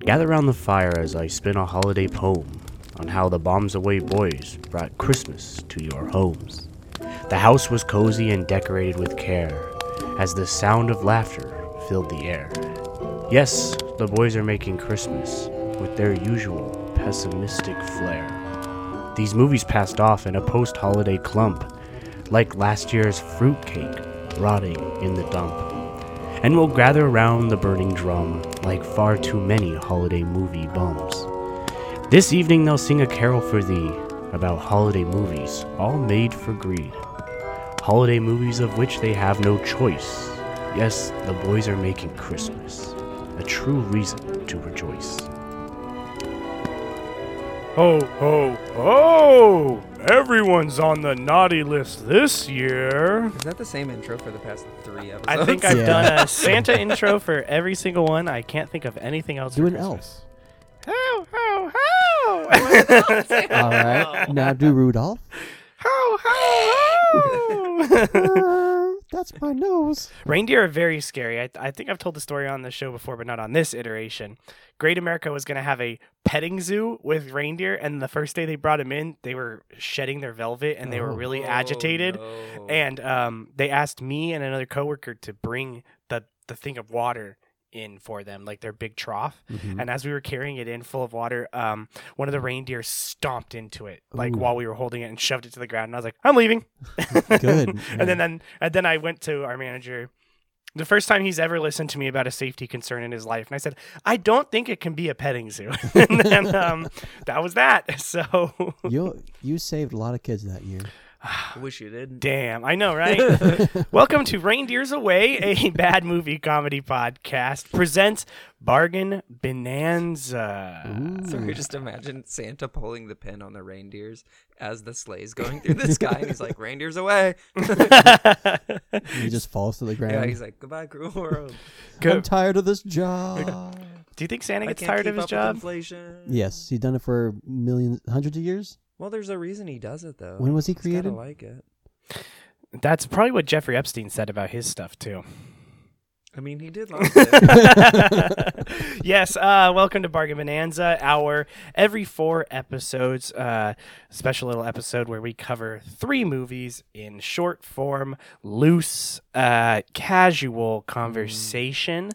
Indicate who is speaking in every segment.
Speaker 1: Gather round the fire as I spin a holiday poem on how the Bombs Away boys brought Christmas to your homes. The house was cozy and decorated with care as the sound of laughter filled the air. Yes, the boys are making Christmas with their usual pessimistic flair. These movies passed off in a post holiday clump, like last year's fruitcake rotting in the dump and we'll gather around the burning drum like far too many holiday movie bums. This evening they'll sing a carol for thee about holiday movies, all made for greed. Holiday movies of which they have no choice. Yes, the boys are making Christmas a true reason to rejoice.
Speaker 2: Ho, ho, ho! Everyone's on the naughty list this year.
Speaker 3: Is that the same intro for the past three episodes?
Speaker 4: I think I've
Speaker 5: Yeah.
Speaker 4: done a Santa intro for every single one. I can't think of anything else.
Speaker 5: Do
Speaker 4: for
Speaker 5: an
Speaker 4: Christmas.
Speaker 5: elf.
Speaker 4: Ho, ho, ho!
Speaker 5: All right. Now do Rudolph.
Speaker 4: ho, ho, ho!
Speaker 5: Uh, that's my nose.
Speaker 4: Reindeer are very scary. I, I think I've told the story on the show before, but not on this iteration. Great America was going to have a petting zoo with reindeer, and the first day they brought them in, they were shedding their velvet and they were
Speaker 5: Oh.
Speaker 4: really agitated.
Speaker 3: Oh,
Speaker 4: And um, they asked me and another coworker to bring the, the thing of water in for them, like their big trough.
Speaker 5: Mhm.
Speaker 4: And as we were carrying it in full of water, um, one of the reindeer stomped into it, like
Speaker 5: Ooh.
Speaker 4: while we were holding it, and shoved it to the ground. And I was like, "I'm leaving."
Speaker 5: Good,
Speaker 4: and then, then and then I went to our manager. The first time he's ever listened to me about a safety concern in his life, and I said, "I don't think it can be a petting zoo." and then um, that was that. So,
Speaker 5: You you saved a lot of kids that year.
Speaker 3: wish you did.
Speaker 4: damn, I know, right? Welcome to Reindeers Away, a bad movie comedy podcast. Presents Bargain Bonanza.
Speaker 5: Ooh.
Speaker 3: So we just imagine Santa pulling the pin on the reindeers as the sleigh's going through the sky, and he's like, "Reindeers away!"
Speaker 5: He just falls to the ground.
Speaker 3: yeah, he's like, "Goodbye, cruel world."
Speaker 5: I'm
Speaker 4: Go-
Speaker 5: tired of this job.
Speaker 4: Do you think Santa
Speaker 3: I
Speaker 4: gets
Speaker 3: can't
Speaker 4: tired of
Speaker 3: keep
Speaker 4: his
Speaker 3: up with
Speaker 4: job?
Speaker 3: Inflation.
Speaker 5: yes, he's done it for millions, hundreds of years.
Speaker 3: Well, there's a reason he does it though.
Speaker 5: When was he
Speaker 3: He's gotta
Speaker 5: created?
Speaker 3: like it.
Speaker 4: That's probably what Jeffrey Epstein said about his stuff too.
Speaker 3: I mean, he did like it.
Speaker 4: yes, uh, welcome to Bargain Bonanza, our every four episodes uh, special little episode where we cover three movies in short form, loose, uh, casual conversation.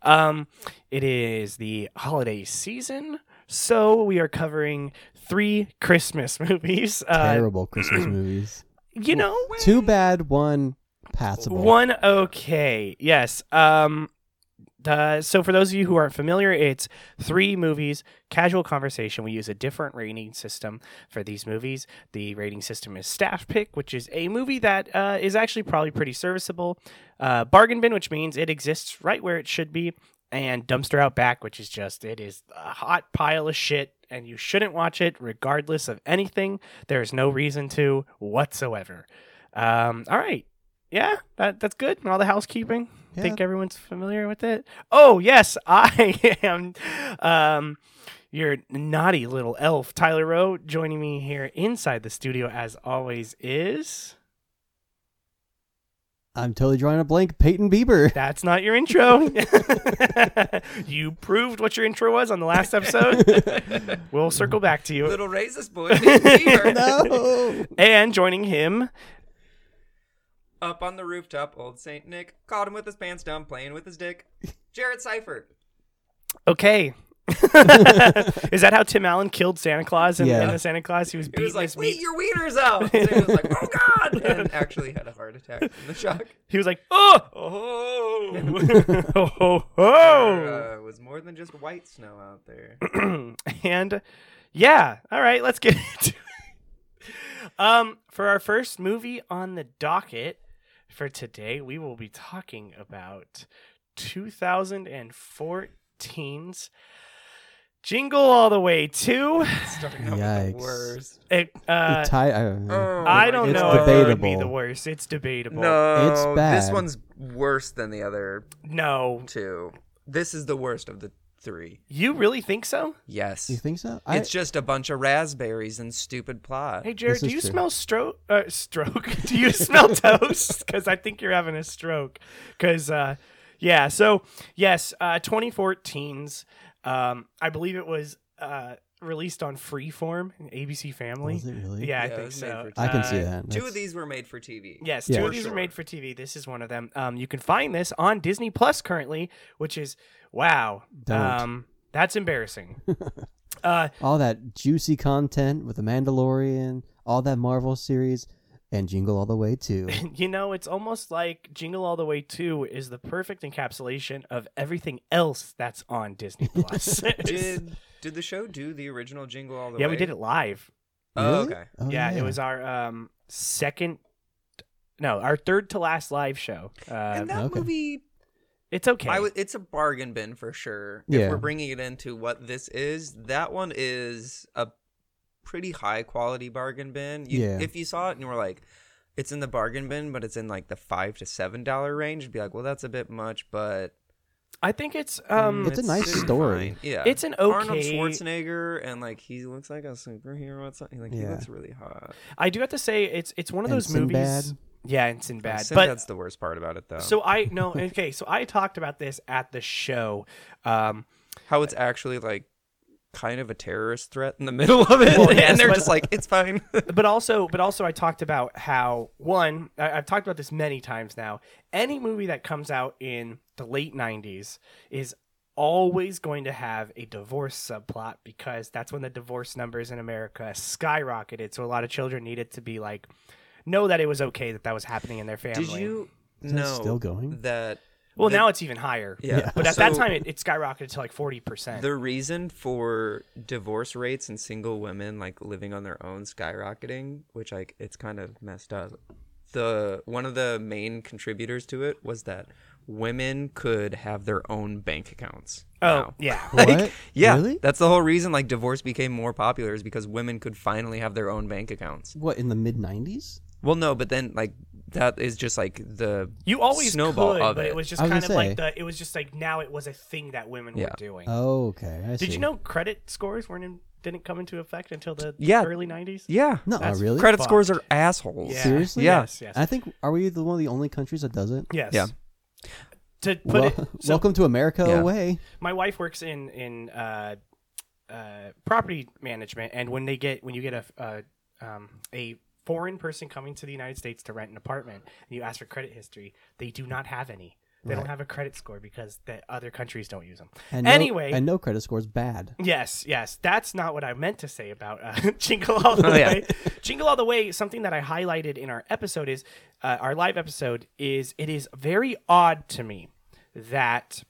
Speaker 4: Um, it is the holiday season, so we are covering three Christmas movies. Uh,
Speaker 5: Terrible Christmas movies.
Speaker 4: you know,
Speaker 5: Too bad one passable.
Speaker 4: One okay. Yes. Um the, so for those of you who aren't familiar, it's three movies, casual conversation. We use a different rating system for these movies. The rating system is Staff Pick, which is a movie that uh, is actually probably pretty serviceable. Uh, bargain Bin, which means it exists right where it should be, and Dumpster Out Back, which is just it is a hot pile of shit, and you shouldn't watch it regardless of anything. There is no reason to whatsoever. Um, all right, yeah, that, that's good. And all the housekeeping. I
Speaker 5: Yeah.
Speaker 4: think everyone's familiar with it. Oh, yes, I am um, your naughty little elf, Tyler Rowe. Joining me here inside the studio, as always, is.
Speaker 5: I'm totally drawing a blank. Peyton Bieber.
Speaker 4: That's not your intro. you proved what your intro was on the last episode. we'll circle back to you.
Speaker 3: Little racist boy, Bieber.
Speaker 5: no.
Speaker 4: And joining him,
Speaker 3: Up on the rooftop, old Saint Nick caught him with his pants down, playing with his dick. Jared Seifert.
Speaker 4: okay. Is that how Tim Allen killed Santa Claus in,
Speaker 5: Yeah.
Speaker 4: in the Santa Claus? He was
Speaker 3: He
Speaker 4: beating
Speaker 3: was like,
Speaker 4: his meat.
Speaker 3: "Wait, your wiener's out!" And he was like, "Oh God!" and actually had a heart attack from the shock.
Speaker 4: He was like, oh,
Speaker 3: Oh,
Speaker 4: ho, ho, ho.
Speaker 3: there, uh, was more than just white snow out there.
Speaker 4: and yeah, all right, let's get into it. Um, for our first movie on the docket for today, we will be talking about 2014's Jingle All the Way to.
Speaker 3: Starting out with
Speaker 5: Yikes.
Speaker 3: the worst.
Speaker 4: It, uh,
Speaker 5: The tie- uh,
Speaker 3: Oh,
Speaker 4: I don't
Speaker 5: It's
Speaker 4: know if it would be
Speaker 5: debatable.
Speaker 4: the worst. It's debatable.
Speaker 3: No,
Speaker 5: It's bad.
Speaker 3: This one's worse than the other
Speaker 4: No.
Speaker 3: two. This is the worst of the three.
Speaker 4: You really think so?
Speaker 3: Yes,
Speaker 5: you think so? I,
Speaker 3: it's just a bunch of raspberries and stupid plot.
Speaker 4: Hey Jared,
Speaker 5: This
Speaker 4: do
Speaker 5: is
Speaker 4: you
Speaker 5: true.
Speaker 4: smell stroke? Uh, stroke? do you smell toast? Because I think you're having a stroke. Because uh, yeah, so yes, uh, 2014's uh, Um, I believe it was uh, released on Freeform, ABC Family.
Speaker 5: Was it really?
Speaker 4: Yeah, I
Speaker 3: Yeah, it
Speaker 4: think
Speaker 3: was made
Speaker 4: so.
Speaker 3: for
Speaker 5: I can
Speaker 4: Uh,
Speaker 5: see that.
Speaker 3: Two of
Speaker 5: That's-
Speaker 3: these were made for TV.
Speaker 4: Yes,
Speaker 5: Yeah.
Speaker 4: two
Speaker 3: For
Speaker 4: of these
Speaker 3: sure.
Speaker 4: are made for TV. This is one of them. Um, you can find this on Disney Plus currently, which is wow.
Speaker 5: Don't.
Speaker 4: Um, that's embarrassing. uh,
Speaker 5: All that juicy content with the Mandalorian, all that Marvel series, and Jingle All the Way too.
Speaker 4: you know, it's almost like Jingle All the Way Two is the perfect encapsulation of everything else that's on Disney Plus.
Speaker 3: Did did the show do the original jingle all the
Speaker 4: yeah,
Speaker 3: way?
Speaker 4: we did it live.
Speaker 3: Oh,
Speaker 5: Really?
Speaker 3: okay.
Speaker 5: Oh,
Speaker 4: yeah, it was our um second, no, our third to last live show. Uh,
Speaker 3: and that
Speaker 5: okay.
Speaker 3: movie,
Speaker 4: it's okay.
Speaker 3: I w- it's a bargain bin for sure.
Speaker 5: Yeah.
Speaker 3: If we're bringing it into what this is, that one is a pretty high quality bargain bin. You,
Speaker 5: Yeah.
Speaker 3: If you saw it and you were like, it's in the bargain bin, but it's in like the five to seven dollar range, you'd be like, well, that's a bit much, but
Speaker 4: I think it's
Speaker 3: mm,
Speaker 4: um,
Speaker 5: It's a nice
Speaker 3: fine."
Speaker 5: story.
Speaker 3: Yeah.
Speaker 4: it's an
Speaker 3: Arnold
Speaker 4: okay.
Speaker 3: Schwarzenegger and like he looks like a superhero or something. Like he
Speaker 5: Yeah.
Speaker 3: looks really hot.
Speaker 4: I do have to say it's it's one of
Speaker 5: And
Speaker 4: those movies.
Speaker 5: Sinbad.
Speaker 4: Yeah, and Sinbad.
Speaker 3: Sinbad's
Speaker 4: but
Speaker 3: the worst part about it though.
Speaker 4: so I no okay. So I talked about this at the show. Um,
Speaker 3: how it's actually like kind of a terrorist threat in the middle of it,
Speaker 4: Well, yes,
Speaker 3: and they're
Speaker 4: but-
Speaker 3: just like, it's fine.
Speaker 4: but also but also I talked about how one I, I've talked about this many times now. Any movie that comes out in the late '90s is always going to have a divorce subplot because that's when the divorce numbers in America skyrocketed. So a lot of children needed to be like know that it was okay that that was happening in their family.
Speaker 3: Did you
Speaker 5: Is that
Speaker 3: know
Speaker 5: still going?
Speaker 3: that?
Speaker 4: Well,
Speaker 3: the-
Speaker 4: now it's even higher.
Speaker 3: Yeah. Yeah.
Speaker 4: But at that
Speaker 3: So-
Speaker 4: time, it, it skyrocketed to like forty percent.
Speaker 3: The reason for divorce rates and single women like living on their own skyrocketing, which like it's kind of messed up. The one of the main contributors to it was that women could have their own bank accounts.
Speaker 4: Oh, yeah.
Speaker 5: What?
Speaker 3: Yeah,
Speaker 5: Really?
Speaker 3: that's the whole reason like divorce became more popular is because women could finally have their own bank accounts.
Speaker 5: What in the mid '90s?
Speaker 3: Well, no, but then like that is just like the
Speaker 4: You always
Speaker 3: snowball
Speaker 4: could,
Speaker 3: of
Speaker 4: but
Speaker 3: it.
Speaker 4: it was just
Speaker 5: I was
Speaker 4: kind
Speaker 5: gonna
Speaker 4: of like
Speaker 5: say.
Speaker 4: the. It was just like now it was a thing that women were
Speaker 3: Yeah.
Speaker 4: doing.
Speaker 5: Oh, okay. I
Speaker 4: Did
Speaker 5: see.
Speaker 4: you know credit scores weren't in, didn't come into effect until the
Speaker 3: Yeah.
Speaker 4: early nineties?
Speaker 3: yeah,
Speaker 5: No,
Speaker 4: That's
Speaker 5: really.
Speaker 3: credit
Speaker 4: fucked.
Speaker 3: scores are assholes.
Speaker 4: Yeah.
Speaker 5: Seriously?
Speaker 3: Yeah.
Speaker 4: Yes. Yes.
Speaker 5: I think are we the one of the only countries that does it?
Speaker 4: yes.
Speaker 3: Yeah.
Speaker 4: To put
Speaker 5: Well,
Speaker 4: it, so
Speaker 5: welcome to America
Speaker 3: Yeah.
Speaker 5: away.
Speaker 4: my wife works in in uh, uh, property management, and when they get when you get a uh, um, a foreign person coming to the United States to rent an apartment, and you ask for credit history, they do not have any. They don't have a credit score because the other countries don't use them.
Speaker 5: And no,
Speaker 4: anyway,
Speaker 5: and no credit score is bad.
Speaker 4: Yes, yes. That's not what I meant to say about uh, Jingle All the
Speaker 3: Oh,
Speaker 4: Way.
Speaker 3: yeah.
Speaker 4: Jingle All the Way, something that I highlighted in our episode is, uh, our live episode, is it is very odd to me that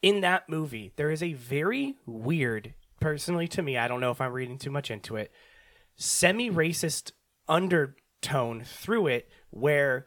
Speaker 4: in that movie, there is a very weird, personally to me, I don't know if I'm reading too much into it, semi racist undertone through it where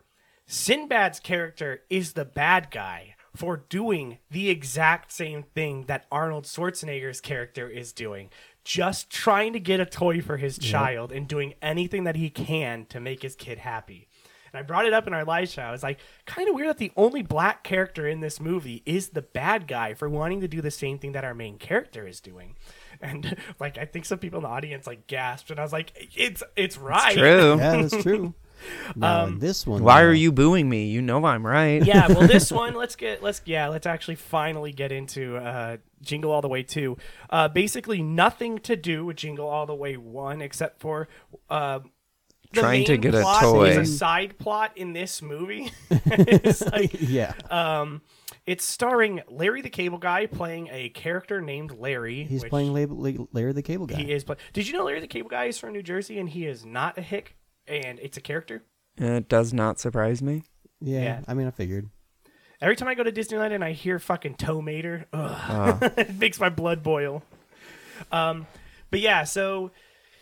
Speaker 4: Sinbad's character is the bad guy for doing the exact same thing that Arnold Schwarzenegger's character is doing. Just trying to get a toy for his child and doing anything that he can to make his kid happy. And I brought it up in our live show. I was like, kind of weird that the only black character in this movie is the bad guy for wanting to do the same thing that our main character is doing. And like, I think some people in the audience like gasped, and I was like, it's it's right.
Speaker 3: True.
Speaker 5: Yeah, that's true. Now
Speaker 4: Um,
Speaker 5: in this one,
Speaker 3: Why
Speaker 5: though,
Speaker 3: are you booing me? You know I'm right.
Speaker 4: yeah, well, this one, let's get, let's, yeah, let's actually finally get into uh, Jingle All the Way 2. Uh, basically, nothing to do with Jingle All the Way 1 except for uh, the
Speaker 3: Trying to
Speaker 4: main
Speaker 3: get a
Speaker 4: plot
Speaker 3: toy.
Speaker 4: Is a side plot in this movie. it's like,
Speaker 5: Yeah,
Speaker 4: um, it's starring Larry the Cable Guy playing a character named Larry.
Speaker 5: he's
Speaker 4: which
Speaker 5: playing Lab- La- Larry the Cable Guy.
Speaker 4: He is. Play- Did you know Larry the Cable Guy is from New Jersey and he is not a hick and it's a character?
Speaker 3: It does not surprise me.
Speaker 5: yeah,
Speaker 4: yeah.
Speaker 5: I mean, I figured.
Speaker 4: Every time I go to Disneyland and I hear fucking Tomater,
Speaker 5: Uh.
Speaker 4: ugh, it makes my blood boil. Um, but yeah, so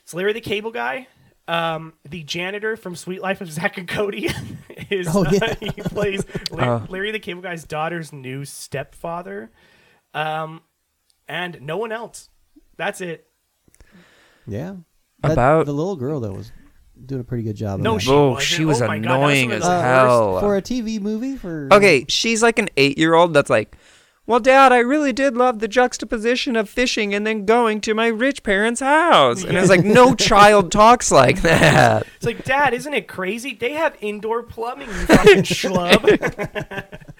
Speaker 4: it's Larry the Cable Guy. Um, the janitor from Sweet Life of Zack and Cody is
Speaker 5: Oh,
Speaker 4: uh,
Speaker 5: yeah. Uh.
Speaker 4: he plays Larry, Larry the Cable Guy's daughter's new stepfather, um, and no one else. That's it.
Speaker 5: Yeah, That-
Speaker 3: About-
Speaker 5: the little girl though was doing a pretty good job. of
Speaker 4: No,
Speaker 5: that.
Speaker 4: she,
Speaker 3: Oh,
Speaker 4: wasn't.
Speaker 3: she was
Speaker 4: Oh my God, that
Speaker 3: annoying
Speaker 4: some of
Speaker 3: as
Speaker 4: the worst.
Speaker 3: hell.
Speaker 5: Uh, for a TV movie for
Speaker 3: Okay, she's like an eight year old that's like, Well, Dad, I really did love the juxtaposition of fishing and then going to my rich parents' house. And it's like, No child talks like that.
Speaker 4: It's like, Dad, isn't it crazy? They have indoor plumbing, you fucking schlub.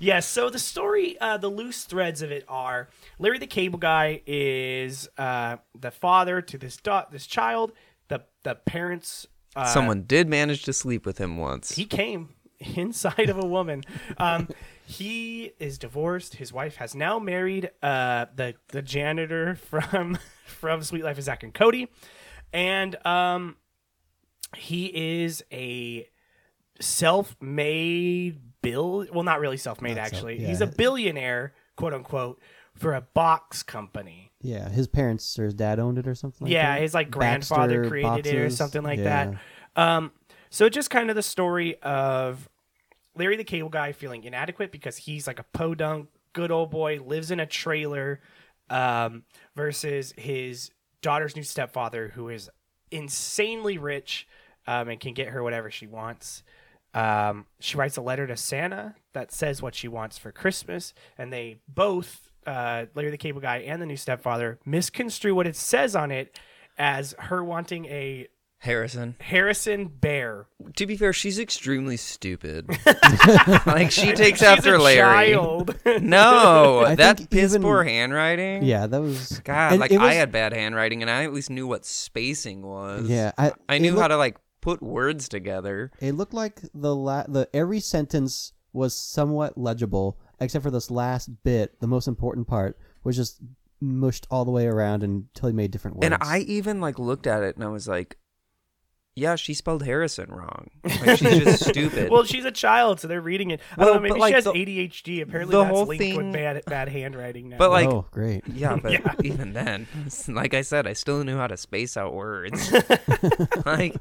Speaker 4: Yes. So the story, uh, the loose threads of it are: Larry the Cable Guy is uh, the father to this da- this child. The the parents. Uh,
Speaker 3: Someone did manage to sleep with him once.
Speaker 4: he came inside of a woman. Um, he is divorced. His wife has now married uh, the the janitor from from Sweet Life of Zach and Cody, and um, he is a self-made bill. Well, not really self-made
Speaker 5: Not self-
Speaker 4: actually.
Speaker 5: yeah.
Speaker 4: He's a billionaire, quote unquote, for a box company.
Speaker 5: Yeah, his parents or his dad owned it or something. Like
Speaker 4: yeah,
Speaker 5: that.
Speaker 4: his like grandfather
Speaker 5: Baxter
Speaker 4: created it or
Speaker 5: boxes.
Speaker 4: something like that.
Speaker 5: Yeah.
Speaker 4: Um, so just kind of the story of Larry the Cable Guy feeling inadequate because he's like a podunk, good old boy, lives in a trailer, um, versus his daughter's new stepfather who is insanely rich um, and can get her whatever she wants. Um, she writes a letter to Santa that says what she wants for Christmas, and they both, uh, Larry the Cable Guy and the new stepfather, misconstrue what it says on it as her wanting a
Speaker 3: Harrison.
Speaker 4: Harrison bear.
Speaker 3: To be fair, she's extremely stupid. like she takes after
Speaker 4: She's a
Speaker 3: Larry.
Speaker 4: child.
Speaker 3: No,
Speaker 5: I
Speaker 3: that
Speaker 5: think
Speaker 3: piss
Speaker 5: even-
Speaker 3: poor handwriting.
Speaker 5: Yeah, that was
Speaker 3: God,
Speaker 5: and
Speaker 3: like
Speaker 5: it
Speaker 3: I
Speaker 5: was-
Speaker 3: had bad handwriting, and I at least knew what spacing was.
Speaker 5: Yeah, I
Speaker 3: I
Speaker 5: it
Speaker 3: knew
Speaker 5: looked,
Speaker 3: how to like put words together.
Speaker 5: It looked like the la- the every sentence was somewhat legible, except for this last bit, the most important part, was just mushed all the way around until he made different words.
Speaker 3: And I even like looked at it and I was like, "Yeah, she spelled Harrison wrong. Like, she's just stupid."
Speaker 4: well, she's a child, so they're reading it. I
Speaker 3: Well,
Speaker 4: don't know, maybe
Speaker 3: but, like,
Speaker 4: she has
Speaker 3: the-
Speaker 4: ADHD. Apparently,
Speaker 3: the
Speaker 4: that's
Speaker 3: whole
Speaker 4: linked with
Speaker 3: thing-
Speaker 4: bad, bad handwriting now.
Speaker 3: but like,
Speaker 5: oh, great.
Speaker 3: yeah, but even then, like I said, I still knew how to space out words. like,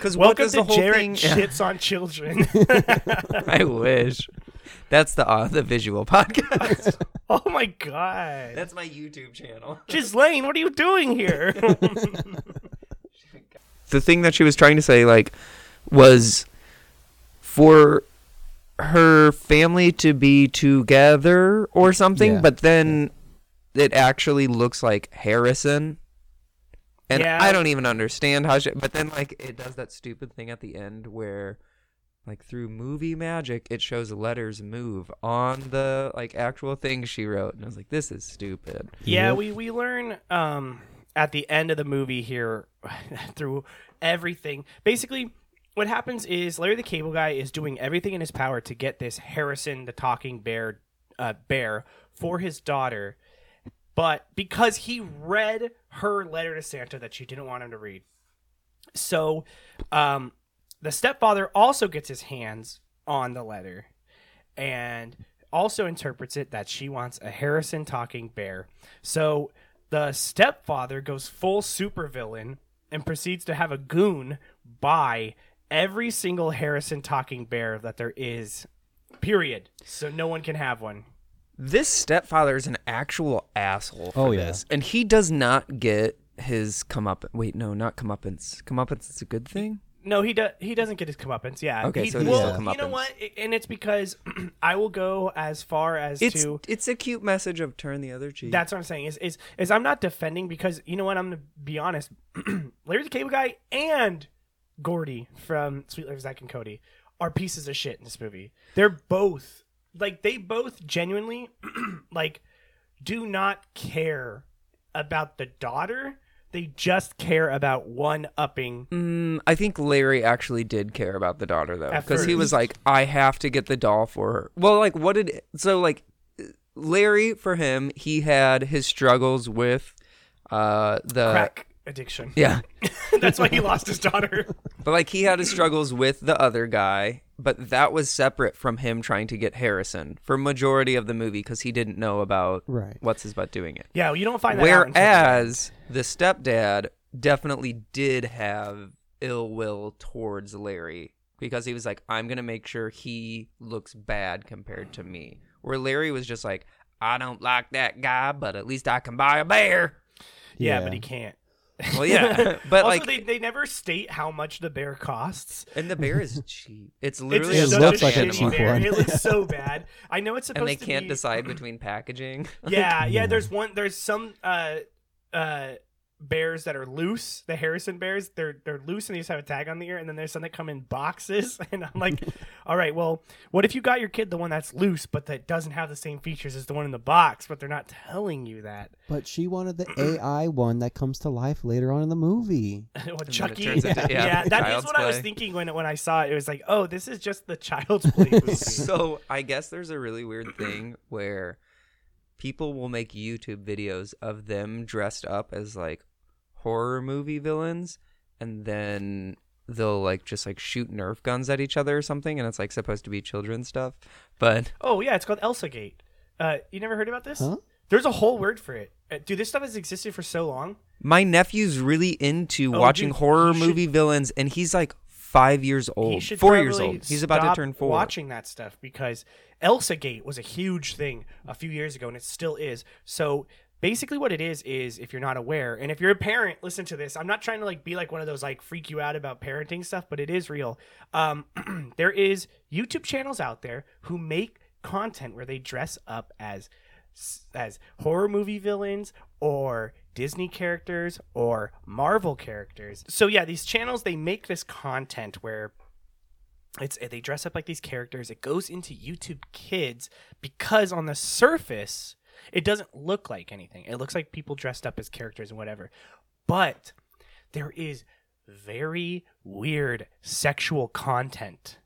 Speaker 3: because what
Speaker 4: Welcome
Speaker 3: does
Speaker 4: to
Speaker 3: the whole
Speaker 4: Jared
Speaker 3: thing?
Speaker 4: shits on children.
Speaker 3: I wish. That's the uh, the visual podcast.
Speaker 4: oh my god,
Speaker 3: That's my YouTube channel.
Speaker 4: Ghislaine, what are you doing here?
Speaker 3: the thing that she was trying to say like was for her family to be together or something
Speaker 5: Yeah.
Speaker 3: but then it actually looks like harrison and
Speaker 4: Yeah.
Speaker 3: i don't even understand how she but then like it does that stupid thing at the end where like through movie magic it shows letters move on the like actual thing she wrote and i was like this is stupid
Speaker 4: Yeah, we we learn um at the end of the movie here through everything. Basically, what happens is Larry the Cable Guy is doing everything in his power to get this Harrison the talking bear uh, bear for his daughter, but because he read her letter to Santa that she didn't want him to read. So, um the stepfather also gets his hands on the letter and also interprets it that she wants a Harrison talking bear. So the stepfather goes full supervillain and proceeds to have a goon buy every single Harrison talking bear that there is. Period. So no one can have one.
Speaker 3: this stepfather is an actual asshole. For
Speaker 5: Oh, yeah.
Speaker 3: this. and he does not get his come Wait, no, not comeuppance. Comeuppance is a good thing.
Speaker 4: No, he does. He doesn't get his comeuppance. Yeah.
Speaker 3: Okay,
Speaker 4: He,
Speaker 3: so he
Speaker 4: well,
Speaker 3: doesn't
Speaker 4: you know
Speaker 3: comeuppance.
Speaker 4: what? And it's because I will go as far as
Speaker 3: It's
Speaker 4: to
Speaker 3: it's a cute message of turn the other cheek.
Speaker 4: That's what I'm saying. Is is is I'm not defending because you know what? I'm gonna be honest. Larry the Cable Guy and Gordy from Sweet Life of Zack and Cody are pieces of shit in this movie. They're both like they both genuinely like do not care about the daughter. They just care about one upping.
Speaker 3: Mm, I think Larry actually did care about the daughter though,
Speaker 4: At
Speaker 3: because he
Speaker 4: first.
Speaker 3: was like, "I have to get the doll for her." Well, like, what did so like Larry for him? He had his struggles with uh the
Speaker 4: Crack addiction.
Speaker 3: yeah
Speaker 4: That's why he lost his daughter.
Speaker 3: But like he had his struggles with the other guy, but that was separate from him trying to get Harrison for majority of the movie because he didn't know about
Speaker 5: Right.
Speaker 3: what's his butt doing it.
Speaker 4: Yeah, you don't find that out until-
Speaker 3: Whereas the stepdad definitely did have ill will towards Larry because he was like, I'm gonna make sure he looks bad compared to me. Where Larry was just like, I don't like that guy, but at least I can buy a bear.
Speaker 4: yeah,
Speaker 5: Yeah.
Speaker 4: but he can't.
Speaker 3: Well, yeah, but
Speaker 4: also,
Speaker 3: like,
Speaker 4: they, they never state how much the bear costs.
Speaker 3: and the bear is cheap. It's
Speaker 4: It's
Speaker 3: literally
Speaker 5: It
Speaker 4: just
Speaker 3: a
Speaker 4: such
Speaker 5: looks
Speaker 4: a
Speaker 5: like a
Speaker 4: shitty
Speaker 5: cheap
Speaker 4: bear.
Speaker 5: one.
Speaker 4: It looks so bad. I know it's supposed
Speaker 3: and they
Speaker 4: to
Speaker 3: can't
Speaker 4: be-
Speaker 3: decide between packaging.
Speaker 4: Yeah, yeah. There's one. There's some uh, uh, bears that are loose, the Harrison bears, they're they're loose and they just have a tag on the ear, and then there's some that come in boxes. And I'm like, all right, well, what if you got your kid the one that's loose but that doesn't have the same features as the one in the box, but they're not telling you that?
Speaker 5: But she wanted the AI one that comes to life later on in the movie.
Speaker 4: Well, Chucky.
Speaker 3: turns
Speaker 4: yeah,
Speaker 3: into- yeah,
Speaker 4: that is
Speaker 3: child's
Speaker 4: what I was
Speaker 3: play.
Speaker 4: thinking when when I saw it. It was like, oh, this is just the child's play. movie.
Speaker 3: so I guess there's a really weird thing where people will make YouTube videos of them dressed up as like horror movie villains and then they'll like just like shoot nerf guns at each other or something and it's like supposed to be children's stuff but
Speaker 4: oh yeah, it's called Elsa Gate. Uh, you never heard about this?
Speaker 5: Huh?
Speaker 4: There's a whole word for it, Uh, dude. This stuff has existed for so long.
Speaker 3: my nephew's really into
Speaker 4: Oh,
Speaker 3: watching
Speaker 4: dude,
Speaker 3: horror
Speaker 4: you should-
Speaker 3: movie villains and he's like 5 years
Speaker 4: He
Speaker 3: old,
Speaker 4: should
Speaker 3: 4 years
Speaker 4: probably
Speaker 3: old. He's about to
Speaker 4: stop
Speaker 3: turn 4.
Speaker 4: Watching that stuff because Elsa Gate was a huge thing a few years ago, and it still is. So basically, what it is is if you're not aware, and if you're a parent, listen to this. I'm not trying to like be like one of those like freak you out about parenting stuff, but it is real. Um, there is YouTube channels out there who make content where they dress up as as horror movie villains or Disney characters or Marvel characters. So yeah, these channels they make this content where it's they dress up like these characters. It goes into YouTube Kids because on the surface it doesn't look like anything. It looks like people dressed up as characters and whatever. But there is very weird sexual content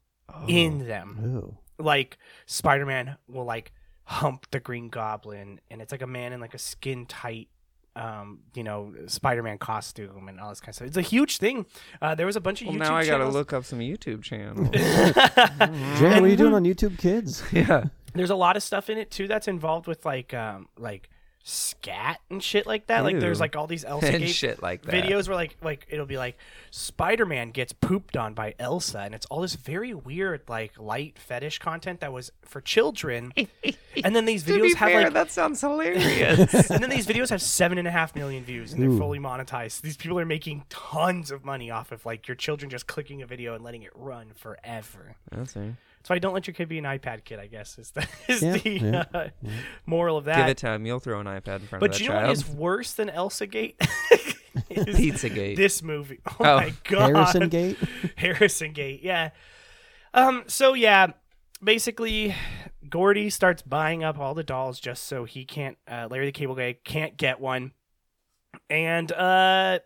Speaker 4: in them
Speaker 5: Ooh.
Speaker 4: like Spider-Man will like hump the Green Goblin, and it's like a man in like a skin tight, um, you know, Spider-Man costume and all this kind of stuff. It's a huge thing. Uh, there was a bunch of
Speaker 3: Well,
Speaker 4: YouTube
Speaker 3: now I got to
Speaker 4: channels-
Speaker 3: look up some YouTube channels.
Speaker 5: Jay, what are you doing on YouTube Kids?
Speaker 3: yeah.
Speaker 4: There's a lot of stuff in it too that's involved with like um like scat and shit like that. Like there's
Speaker 3: Ew.
Speaker 4: like all these Elsa
Speaker 3: And
Speaker 4: Gate
Speaker 3: shit like that.
Speaker 4: videos where like like it'll be like Spider-Man gets pooped on by Elsa and it's all this very weird like light fetish content that was for children. and then these videos have like
Speaker 3: that sounds hilarious.
Speaker 4: and then these videos have seven and a half million views and they're fully monetized. These people are making tons of money off of like your children just clicking a video and letting it run forever. So I don't let your kid be an iPad kid. I guess is the, is
Speaker 5: Yeah,
Speaker 4: the
Speaker 5: yeah,
Speaker 4: uh, moral of
Speaker 3: Give
Speaker 4: that.
Speaker 3: it time. You'll throw an iPad in front
Speaker 4: but
Speaker 3: of that
Speaker 4: you know what
Speaker 3: child.
Speaker 4: is worse than Elsa Gate?
Speaker 3: Pizzagate.
Speaker 4: This movie. Oh,
Speaker 3: Oh.
Speaker 4: my god.
Speaker 5: Harrison Gate?
Speaker 4: Harrison Gate. Yeah. Um. So yeah, basically, Gordy starts buying up all the dolls just so he can't. Uh, Larry the Cable Guy can't get one. And uh,